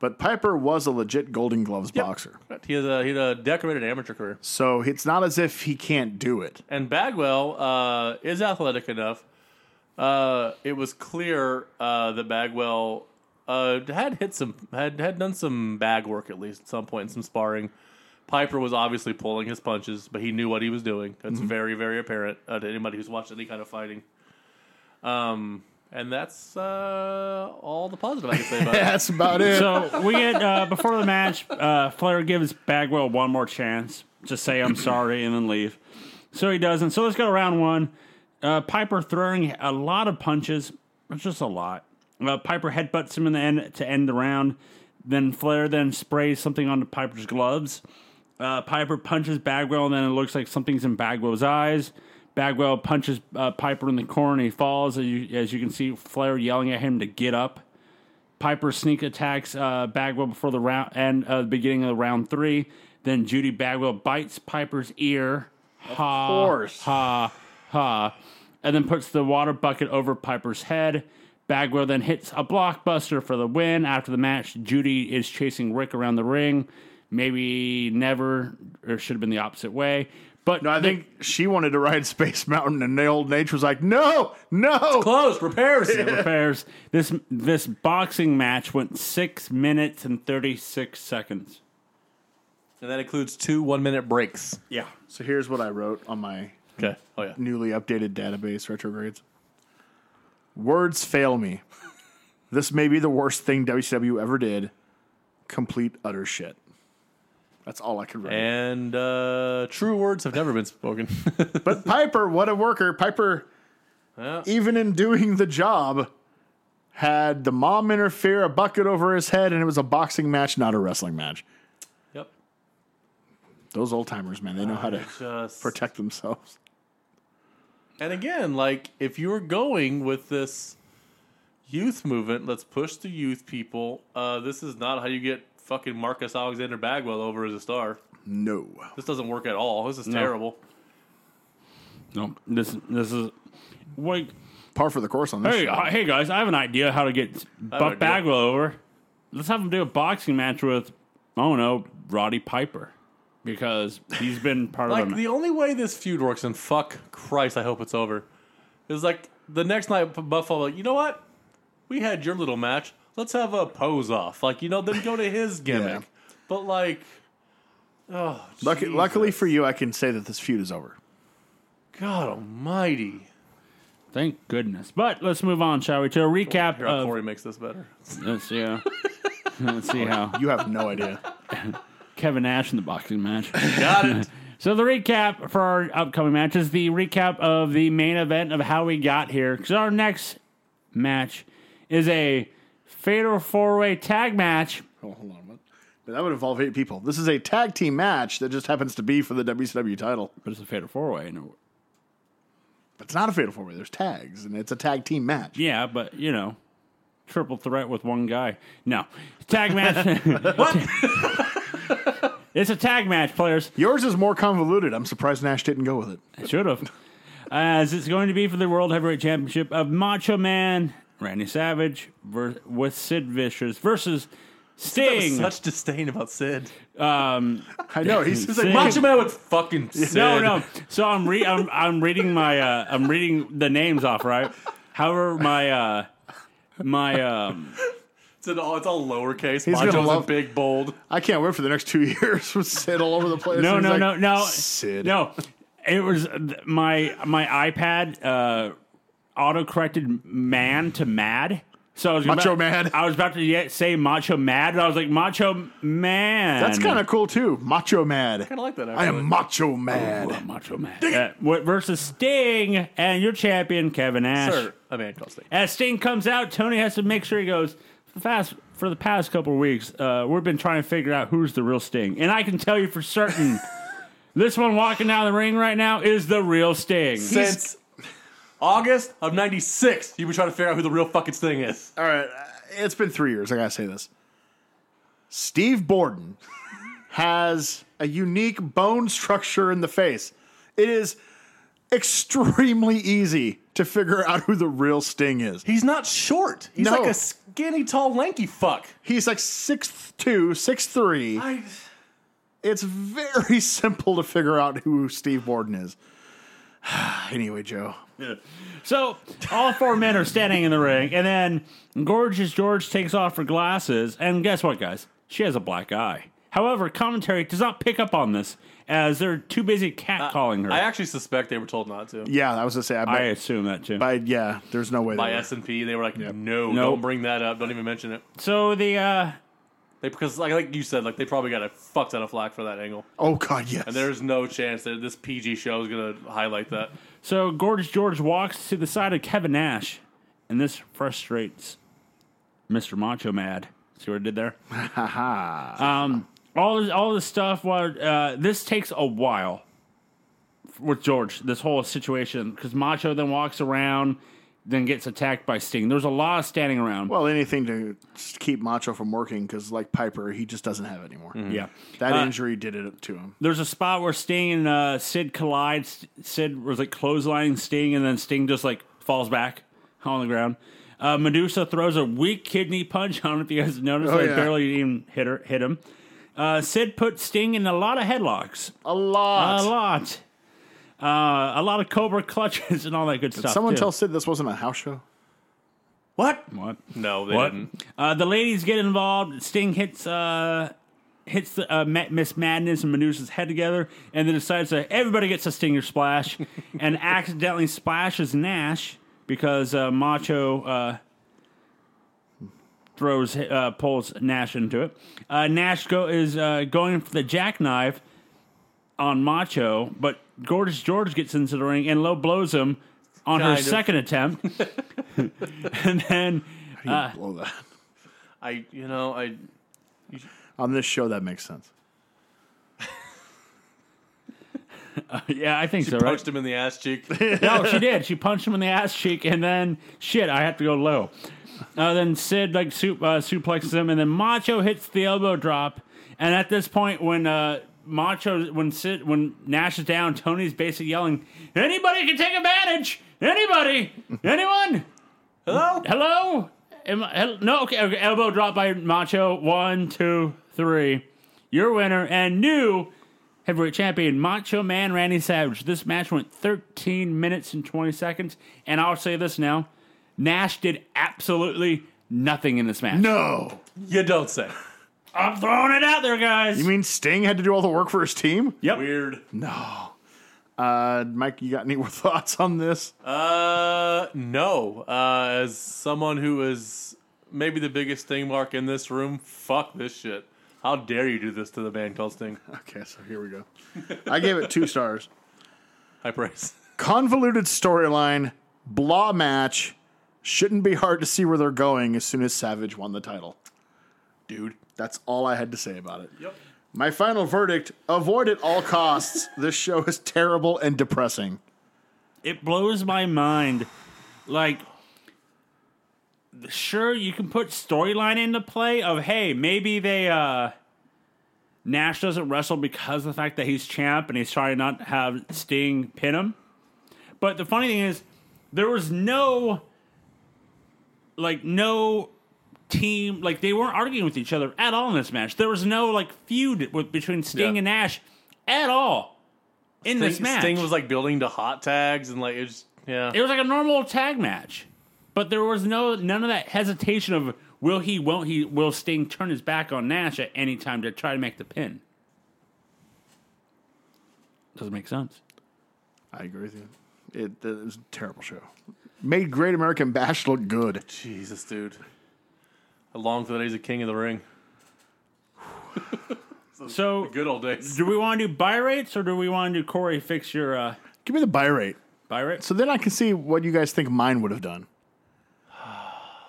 [SPEAKER 2] but Piper was a legit Golden Gloves boxer.
[SPEAKER 3] He has a he had a decorated amateur career.
[SPEAKER 2] So it's not as if he can't do it.
[SPEAKER 3] And Bagwell uh, is athletic enough. Uh, it was clear uh, that Bagwell uh, had hit some had had done some bag work at least at some point in some sparring. Piper was obviously pulling his punches, but he knew what he was doing. That's very very apparent uh, to anybody who's watched any kind of fighting. Um, and that's uh, all the positive I can say about [laughs] it.
[SPEAKER 2] That's about
[SPEAKER 4] [laughs]
[SPEAKER 1] [laughs]
[SPEAKER 2] it.
[SPEAKER 1] so we get uh, before the match, uh, Flair gives Bagwell one more chance to say I'm sorry and then leave. So he doesn't. So let's go round one. Uh, Piper throwing a lot of punches. It's just a lot. Uh, Piper headbutts him in the end to end the round. Then Flair then sprays something onto Piper's gloves. Uh, Piper punches Bagwell, and then it looks like something's in Bagwell's eyes. Bagwell punches uh, Piper in the corner and he falls. As you, as you can see, Flair yelling at him to get up. Piper sneak attacks uh, Bagwell before the round and uh, the beginning of the round three. Then Judy Bagwell bites Piper's ear. ha,
[SPEAKER 3] course.
[SPEAKER 1] Ha, ha. And then puts the water bucket over Piper's head. Bagwell then hits a blockbuster for the win. After the match, Judy is chasing Rick around the ring. Maybe never, or should have been the opposite way. But
[SPEAKER 2] No, I
[SPEAKER 1] they-
[SPEAKER 2] think she wanted to ride [laughs] Space Mountain, and the old nature's like, no, no.
[SPEAKER 3] Closed [laughs] repairs.
[SPEAKER 2] [laughs]
[SPEAKER 1] repairs. This this boxing match went six minutes and thirty six seconds.
[SPEAKER 3] And that includes two one minute breaks.
[SPEAKER 2] Yeah. So here's what I wrote on my
[SPEAKER 3] Okay. Oh, yeah.
[SPEAKER 2] newly updated database retrogrades. Words fail me. This may be the worst thing WCW ever did. Complete utter shit. That's all I could write.
[SPEAKER 3] And uh, true words have never been spoken.
[SPEAKER 2] But Piper, what a worker. Piper,
[SPEAKER 3] Yeah.
[SPEAKER 2] even in doing the job, had the mom interfere, a bucket over his head, and it was a boxing match, not a wrestling match.
[SPEAKER 3] yep.
[SPEAKER 2] Those old timers, man, they know how to
[SPEAKER 3] Just.
[SPEAKER 2] protect themselves.
[SPEAKER 3] And again, like if you're going with this youth movement, let's push the youth people. Uh, this is not how you get fucking Marcus Alexander Bagwell over as a star.
[SPEAKER 2] No.
[SPEAKER 3] This doesn't work at all. This is terrible.
[SPEAKER 1] No, this this is like
[SPEAKER 2] Par for the course on this.
[SPEAKER 1] hey
[SPEAKER 2] show.
[SPEAKER 1] uh, hey guys, I have an idea how to get Buck
[SPEAKER 3] idea.
[SPEAKER 1] Bagwell over. Let's have him do a boxing match with I don't know Roddy Piper because he's
[SPEAKER 3] [laughs]
[SPEAKER 1] been part of
[SPEAKER 3] Like
[SPEAKER 1] the
[SPEAKER 3] the only way this feud works, and fuck Christ, I hope it's over, is like the next night Buffalo. Like you know what? We had your little match. Let's have a pose off. Like you know, then go to his gimmick. But like, oh,
[SPEAKER 2] Luck-
[SPEAKER 3] Jesus.
[SPEAKER 2] luckily for you, I can say that this feud is over.
[SPEAKER 3] God Almighty.
[SPEAKER 1] Thank goodness. But let's move on, shall we? To a recap
[SPEAKER 3] Here,
[SPEAKER 1] of
[SPEAKER 3] Corey makes this better.
[SPEAKER 1] let's see
[SPEAKER 3] [laughs]
[SPEAKER 1] how, let's see how
[SPEAKER 2] You have no idea.
[SPEAKER 1] Kevin Nash in the boxing match.
[SPEAKER 3] [laughs] Got it.
[SPEAKER 1] So the recap for our upcoming matches, the recap of the main event of how we got here. Because our next match is a fatal four-way tag match.
[SPEAKER 2] Oh, hold on. What? But that would involve eight people. This is a tag team match that just happens to be for the WCW title.
[SPEAKER 1] But it's a fatal four-way. And
[SPEAKER 2] It's not a fatal four way. There's tags, and it's a tag team match.
[SPEAKER 1] yeah, but you know, triple threat with one guy. No tag match. what? [laughs] it's a tag match, players.
[SPEAKER 2] Yours is more convoluted. I'm surprised Nash didn't go with it.
[SPEAKER 1] Should have. As it's going to be for the World Heavyweight Championship of Macho Man Randy Savage ver- with Sid Vicious versus Sting.
[SPEAKER 3] Such disdain about Sid.
[SPEAKER 2] I know. He's, he's like,
[SPEAKER 1] Same.
[SPEAKER 2] "Macho
[SPEAKER 3] Macho Man with fucking Sid.
[SPEAKER 1] No, no. So I'm re I'm I'm reading my uh I'm reading the names off, right? However, my uh my um
[SPEAKER 3] [laughs] It's, an all, it's all lowercase.
[SPEAKER 2] gonna
[SPEAKER 3] Macho's in
[SPEAKER 2] love-
[SPEAKER 3] big bold.
[SPEAKER 2] I can't wait for the next two [laughs] years with Sid all over the place.
[SPEAKER 1] no
[SPEAKER 2] He's
[SPEAKER 1] no
[SPEAKER 2] like,
[SPEAKER 1] no no
[SPEAKER 2] Sid.
[SPEAKER 1] no it was uh, th- my my iPad uh auto corrected man to mad. So I was
[SPEAKER 2] Macho
[SPEAKER 1] about,
[SPEAKER 2] Mad.
[SPEAKER 1] I was about to yet say macho mad, and I was like macho man.
[SPEAKER 2] That's kind of cool, too. Macho Mad.
[SPEAKER 3] Kind of like that. Actually.
[SPEAKER 2] I am Macho Mad.
[SPEAKER 1] macho mad. Uh, what- versus Sting and your champion Kevin Nash.
[SPEAKER 3] Sir, a man called Sting.
[SPEAKER 1] As Sting comes out, Tony has to make sure he goes. For the past for the past couple of weeks, uh, we've been trying to figure out who's the real Sting, and I can tell you for certain, [laughs] this one walking down the ring right now is the real Sting.
[SPEAKER 3] Since August of '96, you've been trying to figure out who the real fucking Sting is.
[SPEAKER 2] All right. uh, It's been three years. I got to say this. Steve Borden [laughs] has a unique bone structure in the face. It is extremely easy to figure out who the real Sting is.
[SPEAKER 3] He's not short. He's
[SPEAKER 2] No.
[SPEAKER 3] like a skinny, tall, lanky fuck.
[SPEAKER 2] He's like 6'2, 6'3.
[SPEAKER 3] I,
[SPEAKER 2] It's very [laughs] simple to figure out who Steve Borden is. [sighs] anyway, Joe.
[SPEAKER 1] So all four men are standing in the ring, and then gorgeous George takes off her glasses, and guess what, guys? She has a black eye. However, commentary does not pick up on this as they're too busy catcalling her.
[SPEAKER 3] I
[SPEAKER 1] I,
[SPEAKER 3] actually suspect they were told not to.
[SPEAKER 2] Yeah, I was going to say, I bet.
[SPEAKER 1] assume that too.
[SPEAKER 2] I, yeah, there's no way.
[SPEAKER 3] By
[SPEAKER 2] That
[SPEAKER 3] S and P, they were like, "No,
[SPEAKER 1] Nope.
[SPEAKER 3] don't bring that up. Don't even mention it."
[SPEAKER 1] So the uh,
[SPEAKER 3] They because, like, like you said, like they probably got a fuck ton of flack for that angle.
[SPEAKER 2] oh, God, yes.
[SPEAKER 3] There's no chance that this PG show is going to highlight that.
[SPEAKER 1] So Gorgeous George walks to the side of Kevin Nash, and this frustrates Mr. Macho Mad. See what I did there? um, all this, all this stuff. While uh, this takes a while with George, this whole situation, because Macho then walks around, then gets attacked by Sting. There's a lot of standing around.
[SPEAKER 2] Well, anything to just keep Macho from working because, like Piper, he just doesn't have it anymore.
[SPEAKER 1] yeah.
[SPEAKER 2] That injury did it to him.
[SPEAKER 1] There's a spot where Sting and uh, Sid collide. S- Sid was like clotheslining Sting, and then Sting just like falls back on the ground. Uh, Medusa throws a weak kidney punch. [laughs] I don't know if you guys noticed.
[SPEAKER 2] Oh,
[SPEAKER 1] I
[SPEAKER 2] yeah.
[SPEAKER 1] barely even hit her, hit him. Uh, Sid put Sting in a lot of headlocks.
[SPEAKER 2] A lot.
[SPEAKER 1] A lot. Uh, a lot of Cobra clutches and all that good stuff.
[SPEAKER 2] Someone
[SPEAKER 1] too.
[SPEAKER 2] tell Sid this wasn't a house show.
[SPEAKER 3] What?
[SPEAKER 1] What?
[SPEAKER 3] No, they
[SPEAKER 1] What?
[SPEAKER 3] didn't.
[SPEAKER 1] Uh, the ladies get involved. Sting hits uh, hits the, uh, Ma- Miss Madness and Medusa's head together, and then decides that everybody gets a Stinger
[SPEAKER 3] [laughs]
[SPEAKER 1] splash, and accidentally splashes Nash because uh, Macho uh, throws uh, pulls Nash into it. Uh, Nash go is uh, going for the jackknife on Macho, but Gorgeous George gets into the ring and low blows him on her
[SPEAKER 3] Kind of.
[SPEAKER 1] second attempt,
[SPEAKER 3] [laughs]
[SPEAKER 1] [laughs] and then.
[SPEAKER 2] How do you
[SPEAKER 1] Uh,
[SPEAKER 2] blow that?
[SPEAKER 3] I, you know, I.
[SPEAKER 2] On this show, that makes sense.
[SPEAKER 1] Yeah, I think so. Right?
[SPEAKER 3] Punched him in the ass cheek. [laughs]
[SPEAKER 1] no, she did. She punched him in the ass cheek, and then shit, I have to go low. Uh, then Sid like su- uh, suplexes him, and then Macho hits the elbow drop. And at this point, when uh, Macho, when Sid, when Nash is down, Tony's basically yelling, "Anybody can take advantage. Anybody, anyone,
[SPEAKER 3] Hello?
[SPEAKER 1] hello." Am I- hel- no, okay, okay, elbow drop by Macho. One, two, three. Your winner and new heavyweight champion Macho Man Randy Savage. This match went 13 minutes and 20 seconds, and I'll say this now: Nash did absolutely nothing in this match.
[SPEAKER 2] No.
[SPEAKER 3] You don't say.
[SPEAKER 1] I'm throwing it out there, guys.
[SPEAKER 2] You mean Sting had to do all the work for his team?
[SPEAKER 1] yep.
[SPEAKER 3] Weird.
[SPEAKER 2] No. Uh, Mike, you got any more [laughs] thoughts on this?
[SPEAKER 3] Uh, no. Uh, as someone who is maybe the biggest Sting mark in this room, fuck this shit. How dare you do this to the man called Sting? [laughs]
[SPEAKER 2] Okay, so here we go. I gave it two stars.
[SPEAKER 1] [laughs]
[SPEAKER 3] High praise.
[SPEAKER 2] Convoluted storyline, blah match. Shouldn't be hard to see where they're going as soon as Savage won the title.
[SPEAKER 3] Dude.
[SPEAKER 2] That's all I had to say about it.
[SPEAKER 3] Yep.
[SPEAKER 2] My final verdict avoid at all costs. this show is terrible and depressing.
[SPEAKER 1] It blows my mind. Like, sure, you can put storyline into play of hey, maybe they uh Nash doesn't wrestle because of the fact that he's champ and he's trying to not have Sting pin him. But the funny thing is, there was no like no team like they weren't arguing with each other at all in this match. There was no like feud with, between Sting
[SPEAKER 3] Yeah.
[SPEAKER 1] and Nash at all in this
[SPEAKER 3] Sting,
[SPEAKER 1] match.
[SPEAKER 3] Sting was like building to hot tags and like it was yeah.
[SPEAKER 1] It was like a normal tag match, but there was no none of that hesitation of will he, won't he, will Sting turn his back on Nash at any time to try to make the pin. Doesn't make sense.
[SPEAKER 2] I agree with you. It, it was a terrible show. Made Great American Bash look good.
[SPEAKER 3] Jesus, dude. I long for the days of King of the Ring.
[SPEAKER 1] So,
[SPEAKER 3] Good old days.
[SPEAKER 1] [laughs] do we want to do buy rates or do we want to do Corey fix your uh,
[SPEAKER 2] Give me the buy rate.
[SPEAKER 1] buy rates?
[SPEAKER 2] So then I can see what you guys think mine would have done.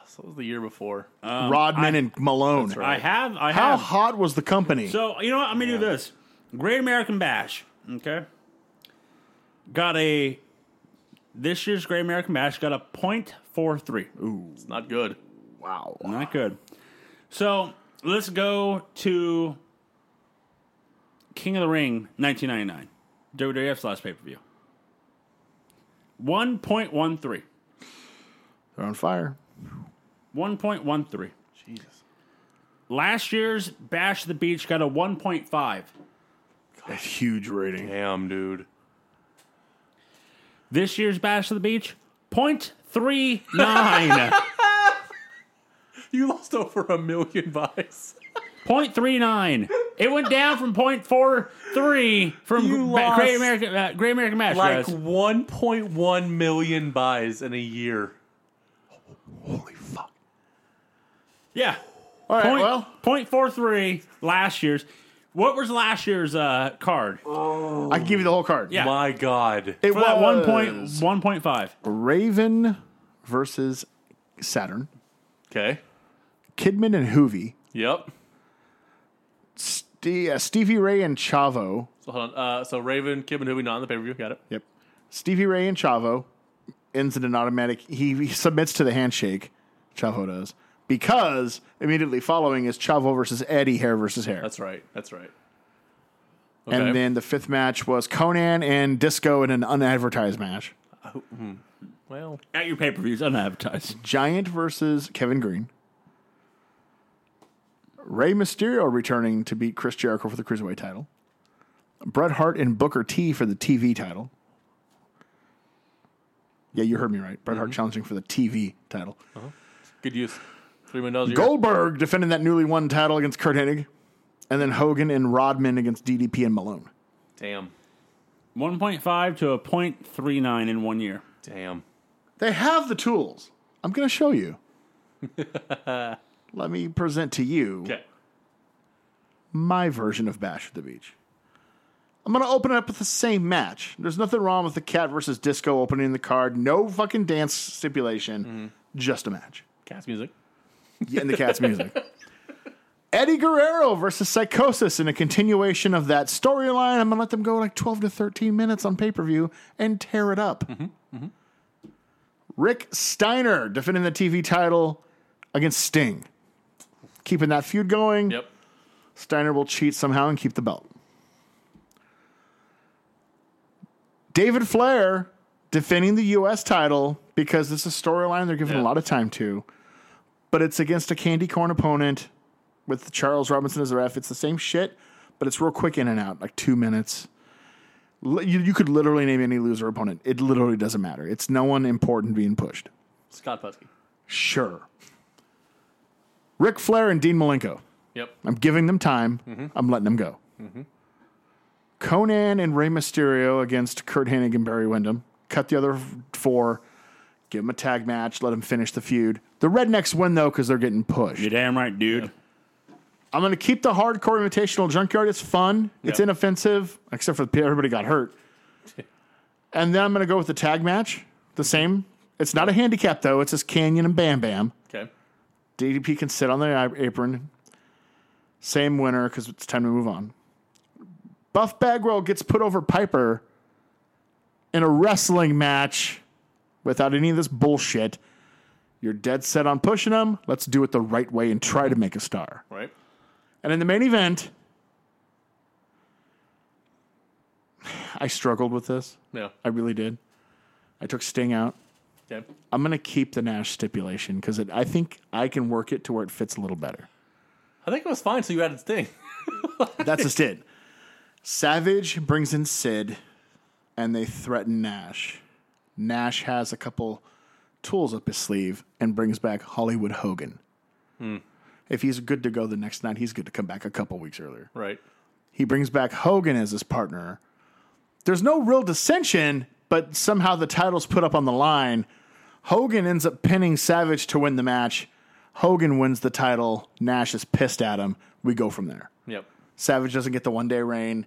[SPEAKER 3] So it was the year before.
[SPEAKER 2] Rodman and Malone.
[SPEAKER 1] I have. I
[SPEAKER 2] How
[SPEAKER 1] have.
[SPEAKER 2] hot was the company?
[SPEAKER 1] So you know what? I'm gonna do this. Great American Bash. Okay. Got a this year's Great American Bash got a point four three.
[SPEAKER 3] It's not good.
[SPEAKER 2] wow.
[SPEAKER 1] Not good. So let's go to King of the Ring 1999, WWF's last pay per view. 1.13.
[SPEAKER 2] They're on fire.
[SPEAKER 1] 1.13.
[SPEAKER 3] Jesus.
[SPEAKER 1] Last year's Bash at the Beach got a 1.5.
[SPEAKER 2] A huge rating.
[SPEAKER 3] Damn, dude.
[SPEAKER 1] This year's Bash at the Beach,
[SPEAKER 3] [laughs]
[SPEAKER 1] 0.39.
[SPEAKER 3] You lost over a million [laughs] buys.
[SPEAKER 1] 0.39. It went down from 0.43 from
[SPEAKER 3] You
[SPEAKER 1] Ba- Great
[SPEAKER 3] lost
[SPEAKER 1] American uh, Great American Bash.
[SPEAKER 3] Like
[SPEAKER 1] guys.
[SPEAKER 3] 1.1 million buys in a year. Holy fuck.
[SPEAKER 1] Yeah.
[SPEAKER 2] All right,
[SPEAKER 1] Point,
[SPEAKER 2] well,
[SPEAKER 1] point four three last year's. What was last year's uh, card?
[SPEAKER 2] I can give you the whole card.
[SPEAKER 1] Yeah.
[SPEAKER 3] My God.
[SPEAKER 2] It
[SPEAKER 1] For that one
[SPEAKER 2] was
[SPEAKER 1] point one point five.
[SPEAKER 2] Raven versus Saturn,
[SPEAKER 3] Okay.
[SPEAKER 2] Kidman and Hoovy,
[SPEAKER 3] Yep.
[SPEAKER 2] Ste uh, Stevie Ray and Chavo.
[SPEAKER 3] So hold on. Uh, so Raven, Kim, and Hubie not on the pay per view. Got it.
[SPEAKER 2] Yep. Stevie Ray and Chavo ends in an automatic. He, he submits to the handshake. Chavo does because immediately following is Chavo versus Eddie hair versus hair.
[SPEAKER 3] That's right. That's right.
[SPEAKER 2] And then the fifth match was Conan and Disco in an unadvertised match.
[SPEAKER 3] well,
[SPEAKER 1] At your pay per views, unadvertised.
[SPEAKER 2] Giant versus Kevin Green. Rey Mysterio returning to beat Chris Jericho for the Cruiserweight title. Bret Hart and Booker T for the TV title. Yeah, you heard me right. Bret Hart challenging for the TV title.
[SPEAKER 3] good use. Three million dollars a year.
[SPEAKER 2] Goldberg defending that newly won title against Kurt Hennig. And then Hogan and Rodman against DDP and Malone.
[SPEAKER 3] Damn.
[SPEAKER 1] 1.5 to a 0.39 in one year.
[SPEAKER 3] Damn.
[SPEAKER 2] They have the tools. I'm going to show you. Let me present to you
[SPEAKER 3] Okay.
[SPEAKER 2] my version of Bash at the Beach. I'm going to open it up with the same match. There's nothing wrong with the cat versus disco opening the card. No fucking dance stipulation. Just a match.
[SPEAKER 3] Cast music.
[SPEAKER 2] Yeah, and the cat's music. Eddie Guerrero versus Psychosis in a continuation of that storyline. I'm going to let them go like 12 to 13 minutes on pay per view and tear it up. Rick Steiner defending the TV title against Sting. Keeping that feud going.
[SPEAKER 3] Yep.
[SPEAKER 2] Steiner will cheat somehow and keep the belt. David Flair defending the U.S. title because this is a storyline they're giving a
[SPEAKER 3] Yeah.
[SPEAKER 2] lot of time to, but it's against a candy corn opponent with Charles Robinson as the ref. It's the same shit, but it's real quick in and out, like two minutes. Li- You, you could literally name any loser opponent. It literally doesn't matter. It's no one important being pushed.
[SPEAKER 3] Scott Pesky.
[SPEAKER 2] Sure. Ric Flair and Dean Malenko.
[SPEAKER 3] Yep.
[SPEAKER 2] I'm giving them time. I'm letting them go. Conan and Rey Mysterio against Kurt Hennig and Barry Windham. Cut the other f- four. Give them a tag match. Let them finish the feud. The Rednecks win, though, because they're getting pushed.
[SPEAKER 1] You're damn right, dude.
[SPEAKER 2] I'm going to keep the hardcore invitational junkyard. It's fun. It's
[SPEAKER 3] Yeah.
[SPEAKER 2] inoffensive, except for the, everybody got hurt. and then I'm going to go with the tag match. The same. It's not a handicap, though. It's just Canyon and Bam Bam.
[SPEAKER 3] Okay.
[SPEAKER 2] DDP can sit on the a- apron. Same winner because it's time to move on. Buff Bagwell gets put over Piper in a wrestling match without any of this bullshit. You're dead set on pushing him. Let's do it the right way and try to make a star.
[SPEAKER 3] Right.
[SPEAKER 2] And in the main event, [sighs] I struggled with this.
[SPEAKER 3] Yeah.
[SPEAKER 2] I really did. I took Sting out.
[SPEAKER 3] Okay.
[SPEAKER 2] I'm going to keep the Nash stipulation because I think I can work it to where it fits a little better.
[SPEAKER 3] I think it was fine. So you added Sting.
[SPEAKER 2] That's just it. Savage brings in Sid and they threaten Nash. Nash has a couple tools up his sleeve and brings back Hollywood Hogan. If he's good to go the next night, he's good to come back a couple weeks earlier.
[SPEAKER 3] [laughs] Right.
[SPEAKER 2] He brings back Hogan as his partner. There's no real dissension, but somehow the title's put up on the line. Hogan ends up pinning Savage to win the match. Hogan wins the title. Nash is pissed at him. We go from there.
[SPEAKER 3] Yep.
[SPEAKER 2] Savage doesn't get the one day reign,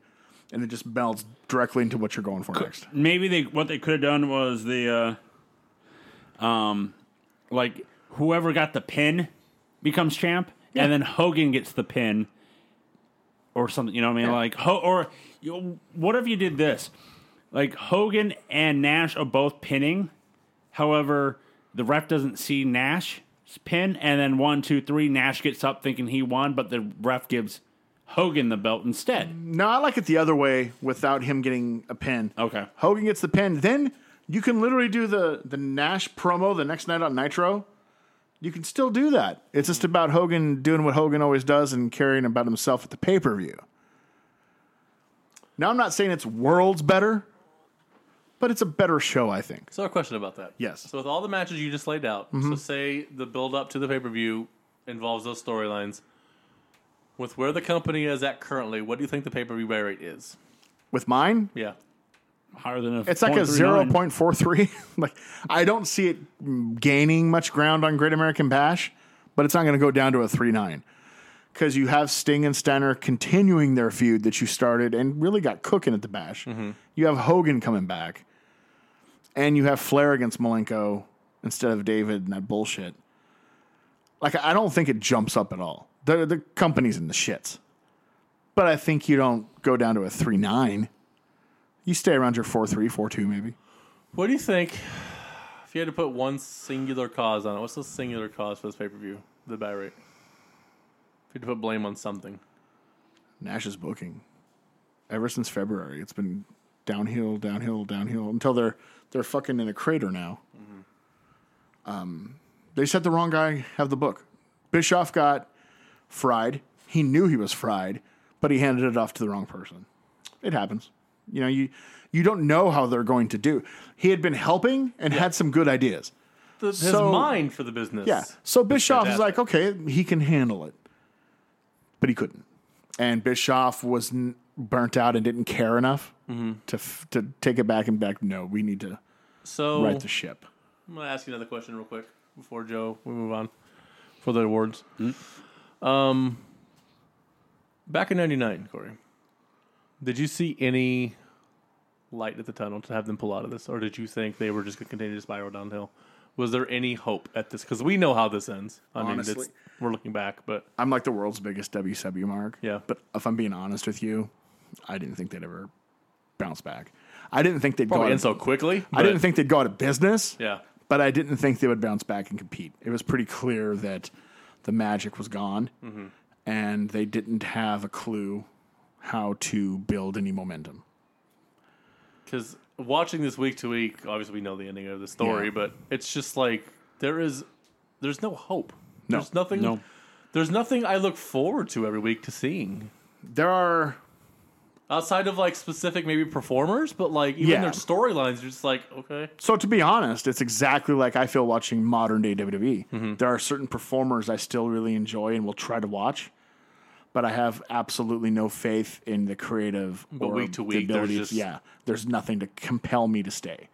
[SPEAKER 2] and it just melds directly into what you're going for next.
[SPEAKER 1] maybe they what they could have done was the uh um like whoever got the pin becomes champ and then Hogan gets the pin or something you know what I mean like ho- or you, what if you did this like Hogan and Nash are both pinning however the ref doesn't see Nash's pin and then one two three Nash gets up thinking he won but the ref gives Hogan the belt instead
[SPEAKER 2] No, I like it the other way without him getting a pin.
[SPEAKER 1] okay
[SPEAKER 2] Hogan gets the pin. Then you can literally do the, the Nash promo the next night on Nitro. You can still do that. It's just about Hogan doing what Hogan always does and caring about himself at the pay per view. Now, I'm not saying it's worlds better, but it's a better show, Oh, I think.
[SPEAKER 3] So a question about that.
[SPEAKER 2] Yes. Mm-hmm.
[SPEAKER 3] So with all the matches you just laid out, so say the build up to the pay per view involves those storylines. With where the company is at currently, what do you think the pay per view buy rate is?
[SPEAKER 2] With mine,
[SPEAKER 3] Yeah.
[SPEAKER 1] higher than a
[SPEAKER 2] It's like a
[SPEAKER 1] 0.39.
[SPEAKER 2] 0.43. [laughs] like I don't see it mm, gaining much ground on Great American Bash, but it's not going to go down to a 3.9 because you have Sting and Steiner continuing their feud that you started and really got cooking at the Bash. You have Hogan coming back, and you have Flair against Malenko instead of David and that bullshit. Like I I don't think it jumps up at all. The the company's in the shits, but I think you don't go down to a three nine. You stay around your four three, four two, maybe.
[SPEAKER 3] What do you think? If you had to put one singular cause on it, what's the singular cause for this pay per view? The buy rate. If you had to put blame on something,
[SPEAKER 2] Nash's booking. Ever since February, it's been downhill, downhill, downhill until they're they're fucking in a crater now. Um, they said the wrong guy have the book. Bischoff got fried. He knew he was fried, but he handed it off to the wrong person. It happens. You know, you you don't know how they're going to do. He had been helping and had some good ideas.
[SPEAKER 3] the, his
[SPEAKER 2] So-
[SPEAKER 3] mind for the business.
[SPEAKER 2] Yeah. [laughs] So Bischoff is like,
[SPEAKER 3] fantastic.
[SPEAKER 2] okay, he can handle it, but he couldn't. And Bischoff was n- burnt out and didn't care enough
[SPEAKER 3] Mm-hmm.
[SPEAKER 2] to f- to take it back and back. No, we need to
[SPEAKER 3] So
[SPEAKER 2] right the ship.
[SPEAKER 3] I'm gonna ask you another question real quick before Joe we move on for the awards.
[SPEAKER 2] Mm-hmm.
[SPEAKER 3] Um, back in '99, Corey, did you see any light at the tunnel to have them pull out of this, or did you think they were just gonna continue to spiral downhill? Was there any hope at this? Because we know how this ends. I mean,
[SPEAKER 2] Honestly.
[SPEAKER 3] it's, we're looking back, but
[SPEAKER 2] I'm like the world's biggest WW mark.
[SPEAKER 3] Yeah.
[SPEAKER 2] But if I'm being honest with you, I didn't think they'd ever bounce back. I didn't think they'd
[SPEAKER 3] oh,
[SPEAKER 2] go. Out
[SPEAKER 3] and
[SPEAKER 2] of,
[SPEAKER 3] so quickly.
[SPEAKER 2] I didn't
[SPEAKER 3] but-
[SPEAKER 2] think they'd go out of business.
[SPEAKER 3] Yeah.
[SPEAKER 2] but I didn't think they would bounce back and compete. It was pretty clear that the magic was gone, and they didn't have a clue how to build any momentum.
[SPEAKER 3] because watching this week to week, obviously we know the ending of the story,
[SPEAKER 2] Yeah.
[SPEAKER 3] but it's just like there is, there's no hope.
[SPEAKER 2] No.
[SPEAKER 3] There's nothing.
[SPEAKER 1] No.
[SPEAKER 3] There's nothing I look forward to every week to seeing
[SPEAKER 2] There are
[SPEAKER 3] outside of like specific maybe performers, but like even
[SPEAKER 2] Yeah.
[SPEAKER 3] their storylines, you're just like okay,
[SPEAKER 2] so to be honest, it's exactly like I feel watching modern day WWE.
[SPEAKER 3] Mm-hmm.
[SPEAKER 2] There are certain performers I still really enjoy and will try to watch, but I have absolutely no faith in the creative or
[SPEAKER 3] week to
[SPEAKER 2] the
[SPEAKER 3] week, there's
[SPEAKER 2] ability to-
[SPEAKER 3] just- Mm-hmm.
[SPEAKER 2] yeah, there's nothing to compel me to stay.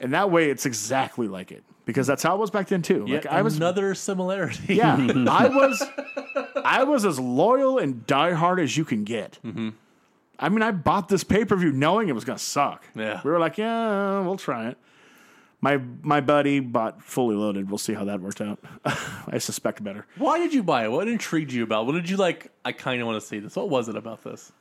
[SPEAKER 2] And that way, it's exactly like it because that's how it was back then too.
[SPEAKER 3] yet
[SPEAKER 2] like I was
[SPEAKER 3] another similarity.
[SPEAKER 2] Yeah, I was, I was as loyal and diehard as you can get.
[SPEAKER 3] Mm-hmm.
[SPEAKER 2] I mean, I bought this pay per view knowing it was going to suck.
[SPEAKER 3] Yeah.
[SPEAKER 2] we were like, yeah, we'll try it. My my buddy bought fully loaded. We'll see how that worked out. [laughs] I suspect better.
[SPEAKER 3] [laughs] Why did you buy it? What intrigued you about? it? What did you like? I kind of want to see this. What was it about this?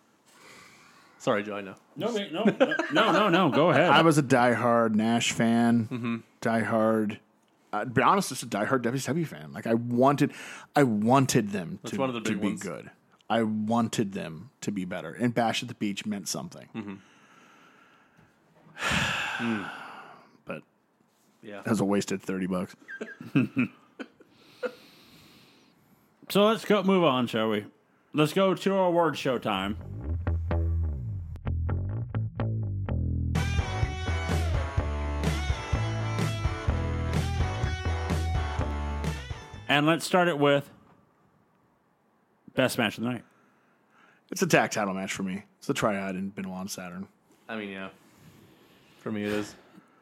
[SPEAKER 3] Sorry, Joe. I know.
[SPEAKER 1] No, wait, no, no, no, no, no. Go ahead.
[SPEAKER 2] I was a diehard Nash fan.
[SPEAKER 3] Mm-hmm.
[SPEAKER 2] Diehard. Uh, to be honest, just a diehard WCW fan. Like I wanted, I wanted them to,
[SPEAKER 3] one of the
[SPEAKER 2] to
[SPEAKER 3] big
[SPEAKER 2] be
[SPEAKER 3] ones.
[SPEAKER 2] good. I wanted them to be better. And Bash at the Beach meant something. but
[SPEAKER 3] Yeah.
[SPEAKER 2] that was a wasted thirty bucks.
[SPEAKER 1] so let's go move on, shall we? Let's go to our award show time. And let's start it with best match of the night.
[SPEAKER 2] It's a tag title match for me. It's the triad in Benoit and Saturn.
[SPEAKER 3] I mean, yeah. For me, it is.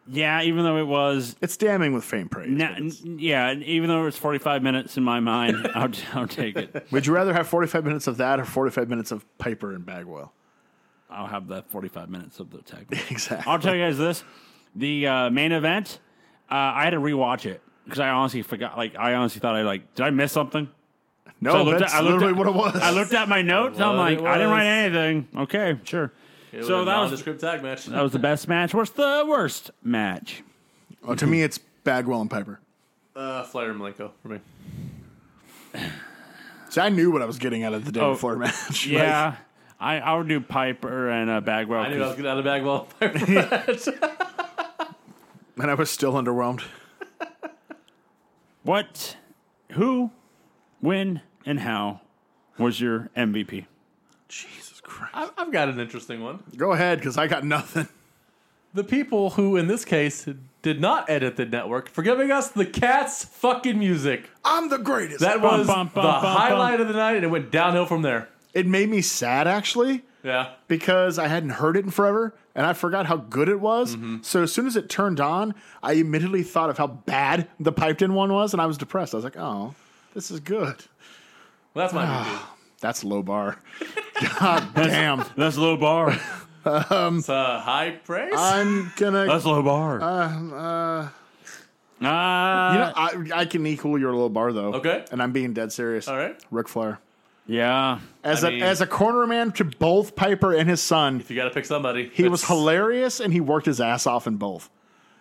[SPEAKER 1] Yeah, even though it was
[SPEAKER 2] It's damning with faint praise.
[SPEAKER 1] Na-
[SPEAKER 2] but it's-
[SPEAKER 1] n- yeah, and even though it was 45 minutes in my mind, [laughs] I'll, I'll take it.
[SPEAKER 2] would you rather have forty five minutes of that or forty five minutes of Piper and Bagwell?
[SPEAKER 1] I'll have that 45 minutes of the tag.
[SPEAKER 2] [laughs] Exactly.
[SPEAKER 1] I'll tell you guys this: the uh, main event, uh, I had to rewatch it because I honestly forgot. Like, I honestly thought I like, did I miss something?
[SPEAKER 2] no,
[SPEAKER 1] I looked
[SPEAKER 2] that's
[SPEAKER 1] at- I looked
[SPEAKER 2] literally
[SPEAKER 1] at-
[SPEAKER 2] what it was.
[SPEAKER 1] I looked at my notes. and I'm
[SPEAKER 3] Well, it
[SPEAKER 1] like, I didn't write
[SPEAKER 3] was-
[SPEAKER 1] anything. Okay, sure.
[SPEAKER 3] It
[SPEAKER 1] So
[SPEAKER 3] was
[SPEAKER 1] that
[SPEAKER 3] a
[SPEAKER 1] was-
[SPEAKER 3] nondescript tag match.
[SPEAKER 1] That was the best match. What's the worst match?
[SPEAKER 2] Well, to me, it's Bagwell and Piper.
[SPEAKER 3] Uh, Flair and Malenko for me.
[SPEAKER 2] See, I knew what I was getting out of the day
[SPEAKER 1] Oh,
[SPEAKER 2] before match. [laughs] Like,
[SPEAKER 1] Yeah, I I would do Piper and uh, Bagwell.
[SPEAKER 3] I knew I was
[SPEAKER 1] 'cause-
[SPEAKER 3] getting out of the bag well.
[SPEAKER 2] and I was still underwhelmed.
[SPEAKER 1] What, who, when, and how was your MVP?
[SPEAKER 2] Jesus Christ.
[SPEAKER 3] I've I've got an interesting one.
[SPEAKER 2] Go ahead, because I got nothing.
[SPEAKER 3] The people who, in this case, did not edit the network for giving us the cat's fucking music.
[SPEAKER 2] I'm the greatest.
[SPEAKER 3] That
[SPEAKER 1] Bum,
[SPEAKER 3] was
[SPEAKER 1] bum, bum,
[SPEAKER 3] the
[SPEAKER 1] bum, bum.
[SPEAKER 3] highlight of the night, and it went downhill from there.
[SPEAKER 2] it made me sad, actually,
[SPEAKER 3] Yeah.
[SPEAKER 2] because I hadn't heard it in forever, and I forgot how good it was. So as soon as it turned on, I immediately thought of how bad the piped in one was, and I was depressed. I was like, oh, this is good.
[SPEAKER 3] Well, that's my MVP.
[SPEAKER 2] That's low bar. [laughs] God damn.
[SPEAKER 1] That's low bar.
[SPEAKER 3] It's uh, high praise.
[SPEAKER 2] I'm gonna.
[SPEAKER 1] That's low
[SPEAKER 2] [laughs]
[SPEAKER 1] bar. Ah, Uh, uh,
[SPEAKER 2] Um, you know, I, I can equal your low bar though.
[SPEAKER 3] Okay.
[SPEAKER 2] And I'm being dead serious.
[SPEAKER 3] All right.
[SPEAKER 2] Ric Flair.
[SPEAKER 1] Yeah.
[SPEAKER 2] As
[SPEAKER 3] I
[SPEAKER 2] a
[SPEAKER 3] mean-
[SPEAKER 2] as a corner man to both Piper and his son,
[SPEAKER 3] If you got to pick somebody,
[SPEAKER 2] he was
[SPEAKER 3] it's-
[SPEAKER 2] hilarious and he worked his ass off in both.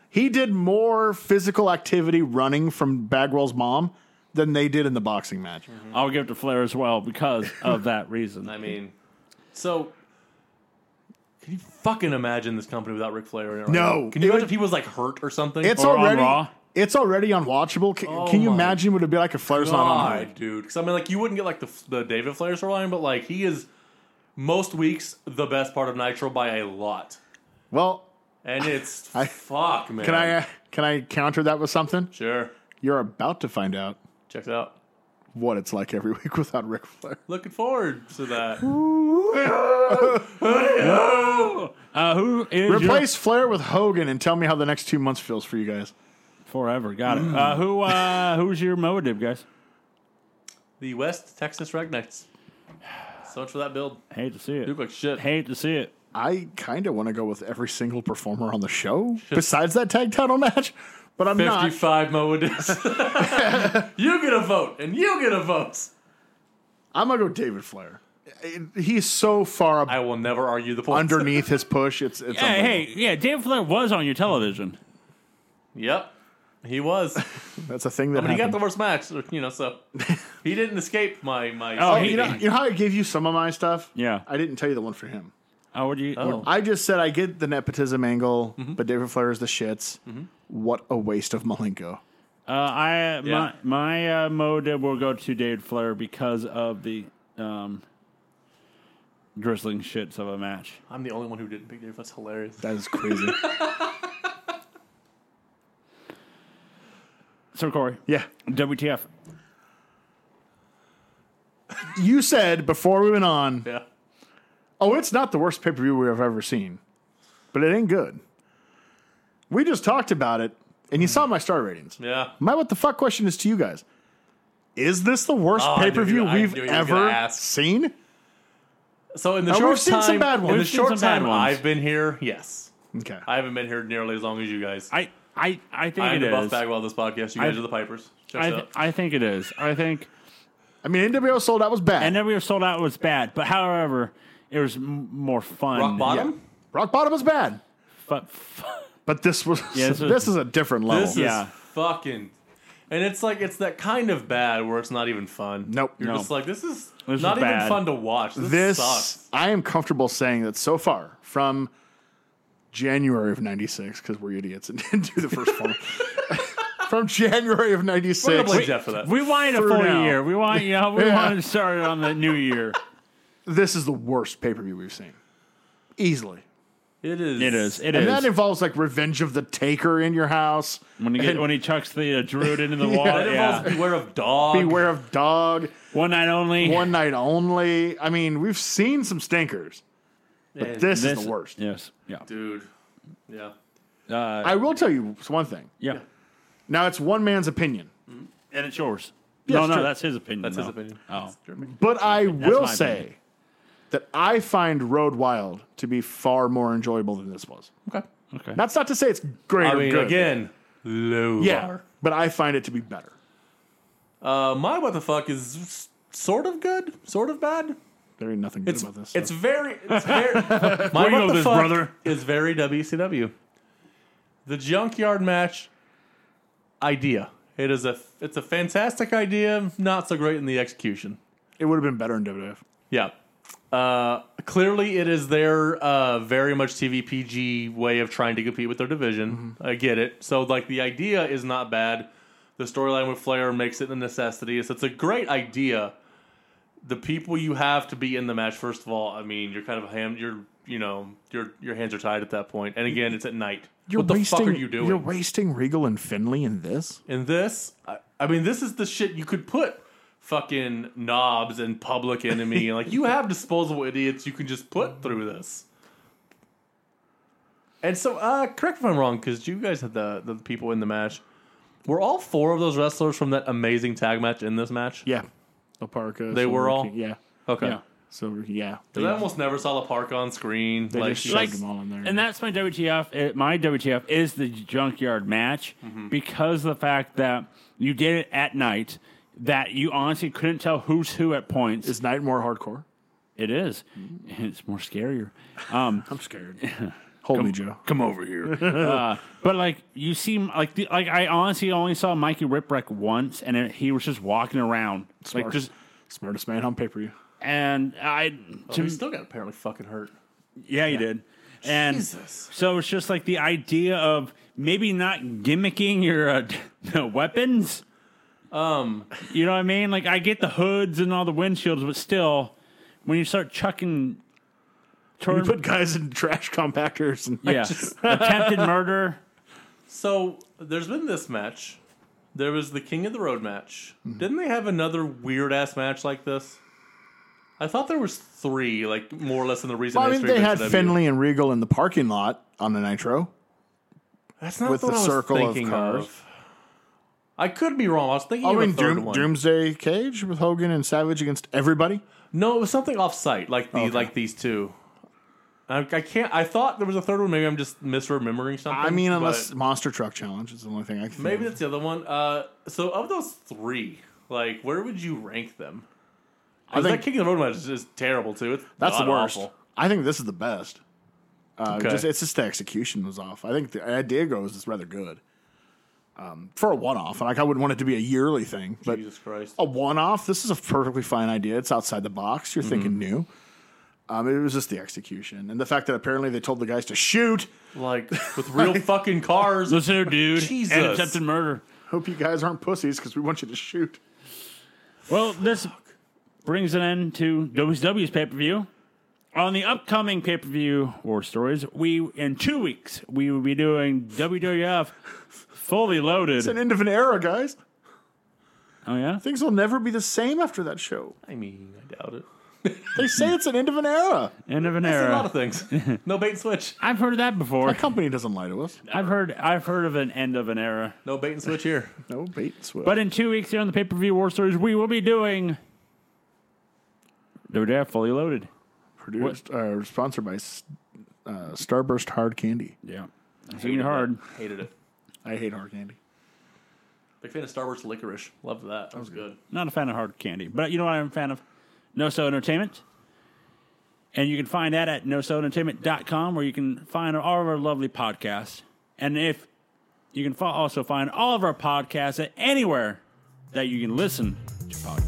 [SPEAKER 2] He did more physical activity running from Bagwell's mom than they did in the boxing match.
[SPEAKER 1] I'll give it to Flair as well because of that reason.
[SPEAKER 3] I mean, so can you fucking imagine this company without Ric Flair in it? Right
[SPEAKER 2] No.
[SPEAKER 3] now? Can you
[SPEAKER 2] It
[SPEAKER 3] imagine
[SPEAKER 2] would-
[SPEAKER 3] if he was like hurt or something?
[SPEAKER 2] It's
[SPEAKER 1] Or on
[SPEAKER 2] already
[SPEAKER 1] Raw?
[SPEAKER 2] it's already unwatchable. Can,
[SPEAKER 3] Oh
[SPEAKER 2] can you
[SPEAKER 3] my
[SPEAKER 2] imagine what it'd be like if Flair's not on?
[SPEAKER 3] God,
[SPEAKER 2] Raw?
[SPEAKER 3] dude. Because I mean, like, you wouldn't get like the the David Flair storyline, but like, he is most weeks the best part of Nitro by a lot,
[SPEAKER 2] Well, [laughs]
[SPEAKER 3] and it's
[SPEAKER 2] I-
[SPEAKER 3] fuck, man.
[SPEAKER 2] can I can I counter that with something? [laughs]
[SPEAKER 3] Sure.
[SPEAKER 2] You're about to find out
[SPEAKER 3] Check it out.
[SPEAKER 2] what it's like every week without Ric Flair.
[SPEAKER 3] Looking forward
[SPEAKER 2] [laughs]
[SPEAKER 3] to that. [laughs]
[SPEAKER 1] uh, who is your-
[SPEAKER 2] Replace Flair with Hogan and tell me how the next two months feels for you guys.
[SPEAKER 1] forever? Got it. Uh, who uh, who's your motive, guys?
[SPEAKER 3] the West Texas Regnites. So much for that build.
[SPEAKER 1] Hate to see
[SPEAKER 3] Dude,
[SPEAKER 1] it.
[SPEAKER 3] like shit.
[SPEAKER 1] Hate to see it.
[SPEAKER 2] I kind of want to go with every single performer on the show besides that tag title [laughs] match, but I'm not. [laughs]
[SPEAKER 3] 55 Moedis. you get a vote, and you get a vote.
[SPEAKER 2] I'm gonna go David Flair. It- He's so far up
[SPEAKER 3] I will never argue the point.
[SPEAKER 2] underneath his push. It's it's
[SPEAKER 1] Hey, hey,
[SPEAKER 2] unbelievable.
[SPEAKER 1] yeah, David Flair was on your television.
[SPEAKER 3] Yep. He was.
[SPEAKER 2] that's a thing that
[SPEAKER 3] But he got
[SPEAKER 2] happened.
[SPEAKER 3] the worst match, you
[SPEAKER 1] [laughs]
[SPEAKER 3] know, so he didn't escape my. my
[SPEAKER 1] Oh,
[SPEAKER 2] Oh,
[SPEAKER 1] he-
[SPEAKER 2] you know, you know how I gave you some of my stuff.
[SPEAKER 1] Yeah.
[SPEAKER 2] I didn't tell you the one for him.
[SPEAKER 1] Oh, would you?
[SPEAKER 3] Oh.
[SPEAKER 2] I just said I get the nepotism angle,
[SPEAKER 3] Mm-hmm.
[SPEAKER 2] but David Flair is the shits. What a waste of Malenko.
[SPEAKER 1] Uh, I
[SPEAKER 3] Yeah.
[SPEAKER 1] my my uh, motive will go to David Flair because of the um, drizzling shits of a match.
[SPEAKER 3] I'm the only one who didn't pick Dave. That's hilarious.
[SPEAKER 2] That is crazy.
[SPEAKER 1] So Corey,
[SPEAKER 2] yeah.
[SPEAKER 1] WTF?
[SPEAKER 2] You said before we went on,
[SPEAKER 3] Yeah.
[SPEAKER 2] oh, it's not the worst pay per view we've ever seen, but it ain't good. We just talked about it, and you saw my star ratings.
[SPEAKER 3] Yeah.
[SPEAKER 2] My what the fuck question is to you guys Is this the worst
[SPEAKER 3] Oh, I knew
[SPEAKER 2] pay per view
[SPEAKER 3] you- I
[SPEAKER 2] we've
[SPEAKER 3] knew you were gonna
[SPEAKER 2] ever
[SPEAKER 3] ask.
[SPEAKER 2] seen?
[SPEAKER 3] So in the
[SPEAKER 2] Now,
[SPEAKER 3] short
[SPEAKER 2] we've seen
[SPEAKER 3] time,
[SPEAKER 2] some bad ones.
[SPEAKER 3] in the
[SPEAKER 1] We've seen
[SPEAKER 3] short
[SPEAKER 1] some bad
[SPEAKER 3] time
[SPEAKER 1] ones.
[SPEAKER 3] I've been here, yes,
[SPEAKER 2] Okay.
[SPEAKER 3] I haven't been here nearly as long as you guys.
[SPEAKER 1] I I I think
[SPEAKER 3] I'm
[SPEAKER 1] it
[SPEAKER 3] the Buff
[SPEAKER 1] is.
[SPEAKER 3] Bagwell of this podcast. You guys
[SPEAKER 1] I-
[SPEAKER 3] are the Pipers. Check
[SPEAKER 1] I
[SPEAKER 3] it
[SPEAKER 1] th-
[SPEAKER 3] out.
[SPEAKER 1] I think it is. I think.
[SPEAKER 2] I mean, NWO sold out was bad.
[SPEAKER 1] And then we were sold out was bad, but however, it was m- more fun.
[SPEAKER 3] Rock bottom.
[SPEAKER 2] Rock Bottom was bad,
[SPEAKER 1] But f-
[SPEAKER 2] but this was
[SPEAKER 1] Yeah,
[SPEAKER 2] this,
[SPEAKER 1] this was-
[SPEAKER 2] is a different level.
[SPEAKER 3] This
[SPEAKER 1] Yeah.
[SPEAKER 3] is fucking. And it's like it's that kind of bad where it's not even fun.
[SPEAKER 2] Nope.
[SPEAKER 3] You're
[SPEAKER 1] No.
[SPEAKER 3] just like this is
[SPEAKER 1] This is
[SPEAKER 3] not even
[SPEAKER 1] bad.
[SPEAKER 3] fun to watch. This,
[SPEAKER 2] this
[SPEAKER 3] sucks.
[SPEAKER 2] I am comfortable saying that so far from January of '96 because we're idiots and [laughs] didn't do the first one.
[SPEAKER 3] [laughs]
[SPEAKER 2] from January of
[SPEAKER 3] We're gonna blame
[SPEAKER 2] '96,
[SPEAKER 3] Jeff for that.
[SPEAKER 1] we wanted a
[SPEAKER 2] For
[SPEAKER 1] full
[SPEAKER 2] now.
[SPEAKER 1] year. We want you know we
[SPEAKER 2] Yeah.
[SPEAKER 1] wanted to start it on the new year.
[SPEAKER 2] this is the worst pay per view we've seen, easily.
[SPEAKER 3] it is.
[SPEAKER 1] It is. It
[SPEAKER 2] And
[SPEAKER 1] is.
[SPEAKER 2] that involves like Revenge of the Taker in your house,
[SPEAKER 1] when he get, when he chucks the uh, druid into the wall. [laughs]
[SPEAKER 3] That
[SPEAKER 1] yeah.
[SPEAKER 3] involves beware of dog.
[SPEAKER 2] Beware of Dog,
[SPEAKER 1] One night only.
[SPEAKER 2] One Night Only. I mean, we've seen some stinkers, but
[SPEAKER 3] And-
[SPEAKER 2] this, is the worst.
[SPEAKER 1] Yes. Yeah.
[SPEAKER 3] dude. Yeah.
[SPEAKER 1] Uh,
[SPEAKER 2] I will tell you one thing.
[SPEAKER 1] yeah.
[SPEAKER 2] Now it's one man's opinion.
[SPEAKER 1] And it's yours.
[SPEAKER 2] Yeah,
[SPEAKER 1] no,
[SPEAKER 2] it's
[SPEAKER 1] no,
[SPEAKER 2] true.
[SPEAKER 1] that's his opinion.
[SPEAKER 3] That's his
[SPEAKER 1] though.
[SPEAKER 3] opinion.
[SPEAKER 1] Oh,
[SPEAKER 2] But I will
[SPEAKER 1] my
[SPEAKER 2] say
[SPEAKER 1] opinion.
[SPEAKER 2] that I find Road Wild to be far more enjoyable than this was.
[SPEAKER 3] Okay.
[SPEAKER 1] okay.
[SPEAKER 2] That's not to say it's great
[SPEAKER 3] I
[SPEAKER 2] or
[SPEAKER 3] mean,
[SPEAKER 2] good.
[SPEAKER 3] again, low
[SPEAKER 2] uh, yeah,
[SPEAKER 3] bar.
[SPEAKER 2] but I find it to be better.
[SPEAKER 3] Uh, my what the fuck is s- sort of good, sort of bad.
[SPEAKER 2] There ain't nothing good
[SPEAKER 3] It's
[SPEAKER 2] about this.
[SPEAKER 3] it's very
[SPEAKER 2] [laughs]
[SPEAKER 3] it's very my
[SPEAKER 1] you
[SPEAKER 3] what
[SPEAKER 1] know
[SPEAKER 3] the
[SPEAKER 1] this,
[SPEAKER 3] fuck
[SPEAKER 1] brother?
[SPEAKER 3] is very WCW. The junkyard match idea. It is a it's a fantastic idea, not so great in the execution.
[SPEAKER 2] it would have been better in WWF.
[SPEAKER 3] Yeah. Uh, clearly, it is their uh, very much TVPG way of trying to compete with their division.
[SPEAKER 2] Mm-hmm.
[SPEAKER 3] I get it. So, like, the idea is not bad. The storyline with Flair makes it a necessity. So it's a great idea. The people you have to be in the match, first of all, I mean, you're kind of ham. You're, you know, your your hands are tied at that point. And again, it's at night. what the fuck are you doing?
[SPEAKER 2] You're wasting Regal and Finley in this.
[SPEAKER 3] And this, I, I mean, this is the shit you could put fucking knobs and
[SPEAKER 2] [laughs]
[SPEAKER 3] public enemy. and like, you have disposable idiots you can just put through this. And so, uh, correct me if I'm wrong, because you guys had the, the people in the match. Were all four of those wrestlers from that amazing tag match in this match?
[SPEAKER 2] Yeah, La Parka.
[SPEAKER 3] They were
[SPEAKER 2] Silver
[SPEAKER 3] all-
[SPEAKER 2] King- yeah.
[SPEAKER 3] Okay.
[SPEAKER 1] Yeah.
[SPEAKER 2] So yeah, they,
[SPEAKER 3] 'Cause I almost never saw La Park on screen.
[SPEAKER 2] they
[SPEAKER 3] like,
[SPEAKER 2] just
[SPEAKER 3] she-
[SPEAKER 2] shoved
[SPEAKER 1] like-
[SPEAKER 2] them all in there.
[SPEAKER 1] And that's my WTF. uh, My WTF Mm-hmm. is the junkyard match because of the fact that you did it at night. that you honestly couldn't tell who's who at points.
[SPEAKER 4] Is Night more hardcore?
[SPEAKER 1] It is. It's more scarier. Um,
[SPEAKER 4] I'm scared. Hold me, Joe.
[SPEAKER 1] Come over here. uh, [laughs] but like you seem like the, like I honestly only saw Mikey Ripwreck once, and it, he was just walking around, like
[SPEAKER 4] Smart.
[SPEAKER 1] just.
[SPEAKER 4] [laughs] Smartest man on pay per view.
[SPEAKER 1] And I,
[SPEAKER 3] Oh, he still got apparently fucking hurt.
[SPEAKER 1] yeah, he did. And
[SPEAKER 3] Jesus.
[SPEAKER 1] so it's just like the idea of maybe not gimmicking your uh, [laughs] the weapons.
[SPEAKER 3] Um,
[SPEAKER 1] You know what I mean? Like I get the hoods and all the windshields, but still, when you start chucking,
[SPEAKER 4] We
[SPEAKER 1] turn,
[SPEAKER 2] [laughs]
[SPEAKER 4] put guys in trash compactors and [laughs]
[SPEAKER 1] yeah, attempted murder.
[SPEAKER 3] so there's been this match. There was the King of the Road match. Didn't they have another weird ass match like this? I thought there was three, like more or less in the recent
[SPEAKER 4] Well, I mean,
[SPEAKER 3] history.
[SPEAKER 4] they
[SPEAKER 3] of
[SPEAKER 4] had
[SPEAKER 3] WCW.
[SPEAKER 4] Finley and Regal in the parking lot on the Nitro.
[SPEAKER 3] That's not
[SPEAKER 4] with
[SPEAKER 3] the
[SPEAKER 4] the
[SPEAKER 3] one
[SPEAKER 4] circle
[SPEAKER 3] I
[SPEAKER 4] of
[SPEAKER 3] was thinking
[SPEAKER 4] cars. Oh,
[SPEAKER 3] of. I could be wrong. I was thinking
[SPEAKER 4] I
[SPEAKER 3] of a
[SPEAKER 4] mean,
[SPEAKER 3] third
[SPEAKER 4] Doom,
[SPEAKER 3] one.
[SPEAKER 4] Doomsday Cage with Hogan and Savage against everybody.
[SPEAKER 3] No, it was something off-site, like the
[SPEAKER 4] Okay.
[SPEAKER 3] like these two. I, I can't. I thought there was a third one. Maybe I'm just misremembering something.
[SPEAKER 4] I mean, unless
[SPEAKER 3] but
[SPEAKER 4] Monster Truck Challenge is the only thing I can. think
[SPEAKER 3] maybe
[SPEAKER 4] of.
[SPEAKER 3] that's the other one. Uh, so of those three, like where would you rank them? I
[SPEAKER 4] think-
[SPEAKER 3] that King of the Road match is just terrible too. It's
[SPEAKER 4] that's the
[SPEAKER 3] god
[SPEAKER 4] worst.
[SPEAKER 3] awful.
[SPEAKER 4] I think this is the best. Uh,
[SPEAKER 3] Okay.
[SPEAKER 4] just, it's just the execution was off. I think the idea goes is rather good um, for a one-off. Like I wouldn't want it to be a yearly thing, but
[SPEAKER 3] Jesus Christ.
[SPEAKER 4] a one-off. This is a perfectly fine idea. It's outside the box. You're thinking new. Um, it was just the execution and the fact that apparently they told the guys to shoot.
[SPEAKER 3] Like with
[SPEAKER 4] [laughs]
[SPEAKER 3] real fucking cars.
[SPEAKER 1] Listen here, dude.
[SPEAKER 3] Jesus.
[SPEAKER 1] And attempted murder.
[SPEAKER 4] Hope you guys aren't pussies because we want you to shoot.
[SPEAKER 1] Well, this brings an end to WCW's pay per view. On the upcoming pay per view War Stories, we in two weeks we will be doing WWF Fully Loaded.
[SPEAKER 4] It's an end of an era, guys.
[SPEAKER 1] oh yeah,
[SPEAKER 4] Things will never be the same after that show.
[SPEAKER 3] I mean, I doubt it.
[SPEAKER 4] They say it's an end of an era.
[SPEAKER 1] end of an
[SPEAKER 3] That's a
[SPEAKER 4] Uh.
[SPEAKER 3] lot
[SPEAKER 1] era.
[SPEAKER 3] of
[SPEAKER 4] [laughs]
[SPEAKER 3] things. No bait and switch.
[SPEAKER 1] I've heard that
[SPEAKER 4] Our
[SPEAKER 1] before.
[SPEAKER 4] company doesn't lie to us.
[SPEAKER 1] I've heard I've heard of an end of an era.
[SPEAKER 3] No bait and switch here.
[SPEAKER 4] [laughs] No bait and switch.
[SPEAKER 1] But in two weeks here on the pay per view War Stories, we will be doing WWF Fully Loaded.
[SPEAKER 4] produced uh, sponsored by S- uh, Starburst Hard Candy.
[SPEAKER 1] Yeah, it's getting hard.
[SPEAKER 3] Hated it.
[SPEAKER 4] I hate hard candy.
[SPEAKER 3] Big fan of Star Wars licorice. Loved that. That was good.
[SPEAKER 1] Not a fan of hard candy, but you know what I'm a fan of? No So Entertainment. And you can find that at nosoentertainment.com where you can find all of our lovely podcasts. And if you can fo- also find all of our podcasts at anywhere that you can listen to podcasts.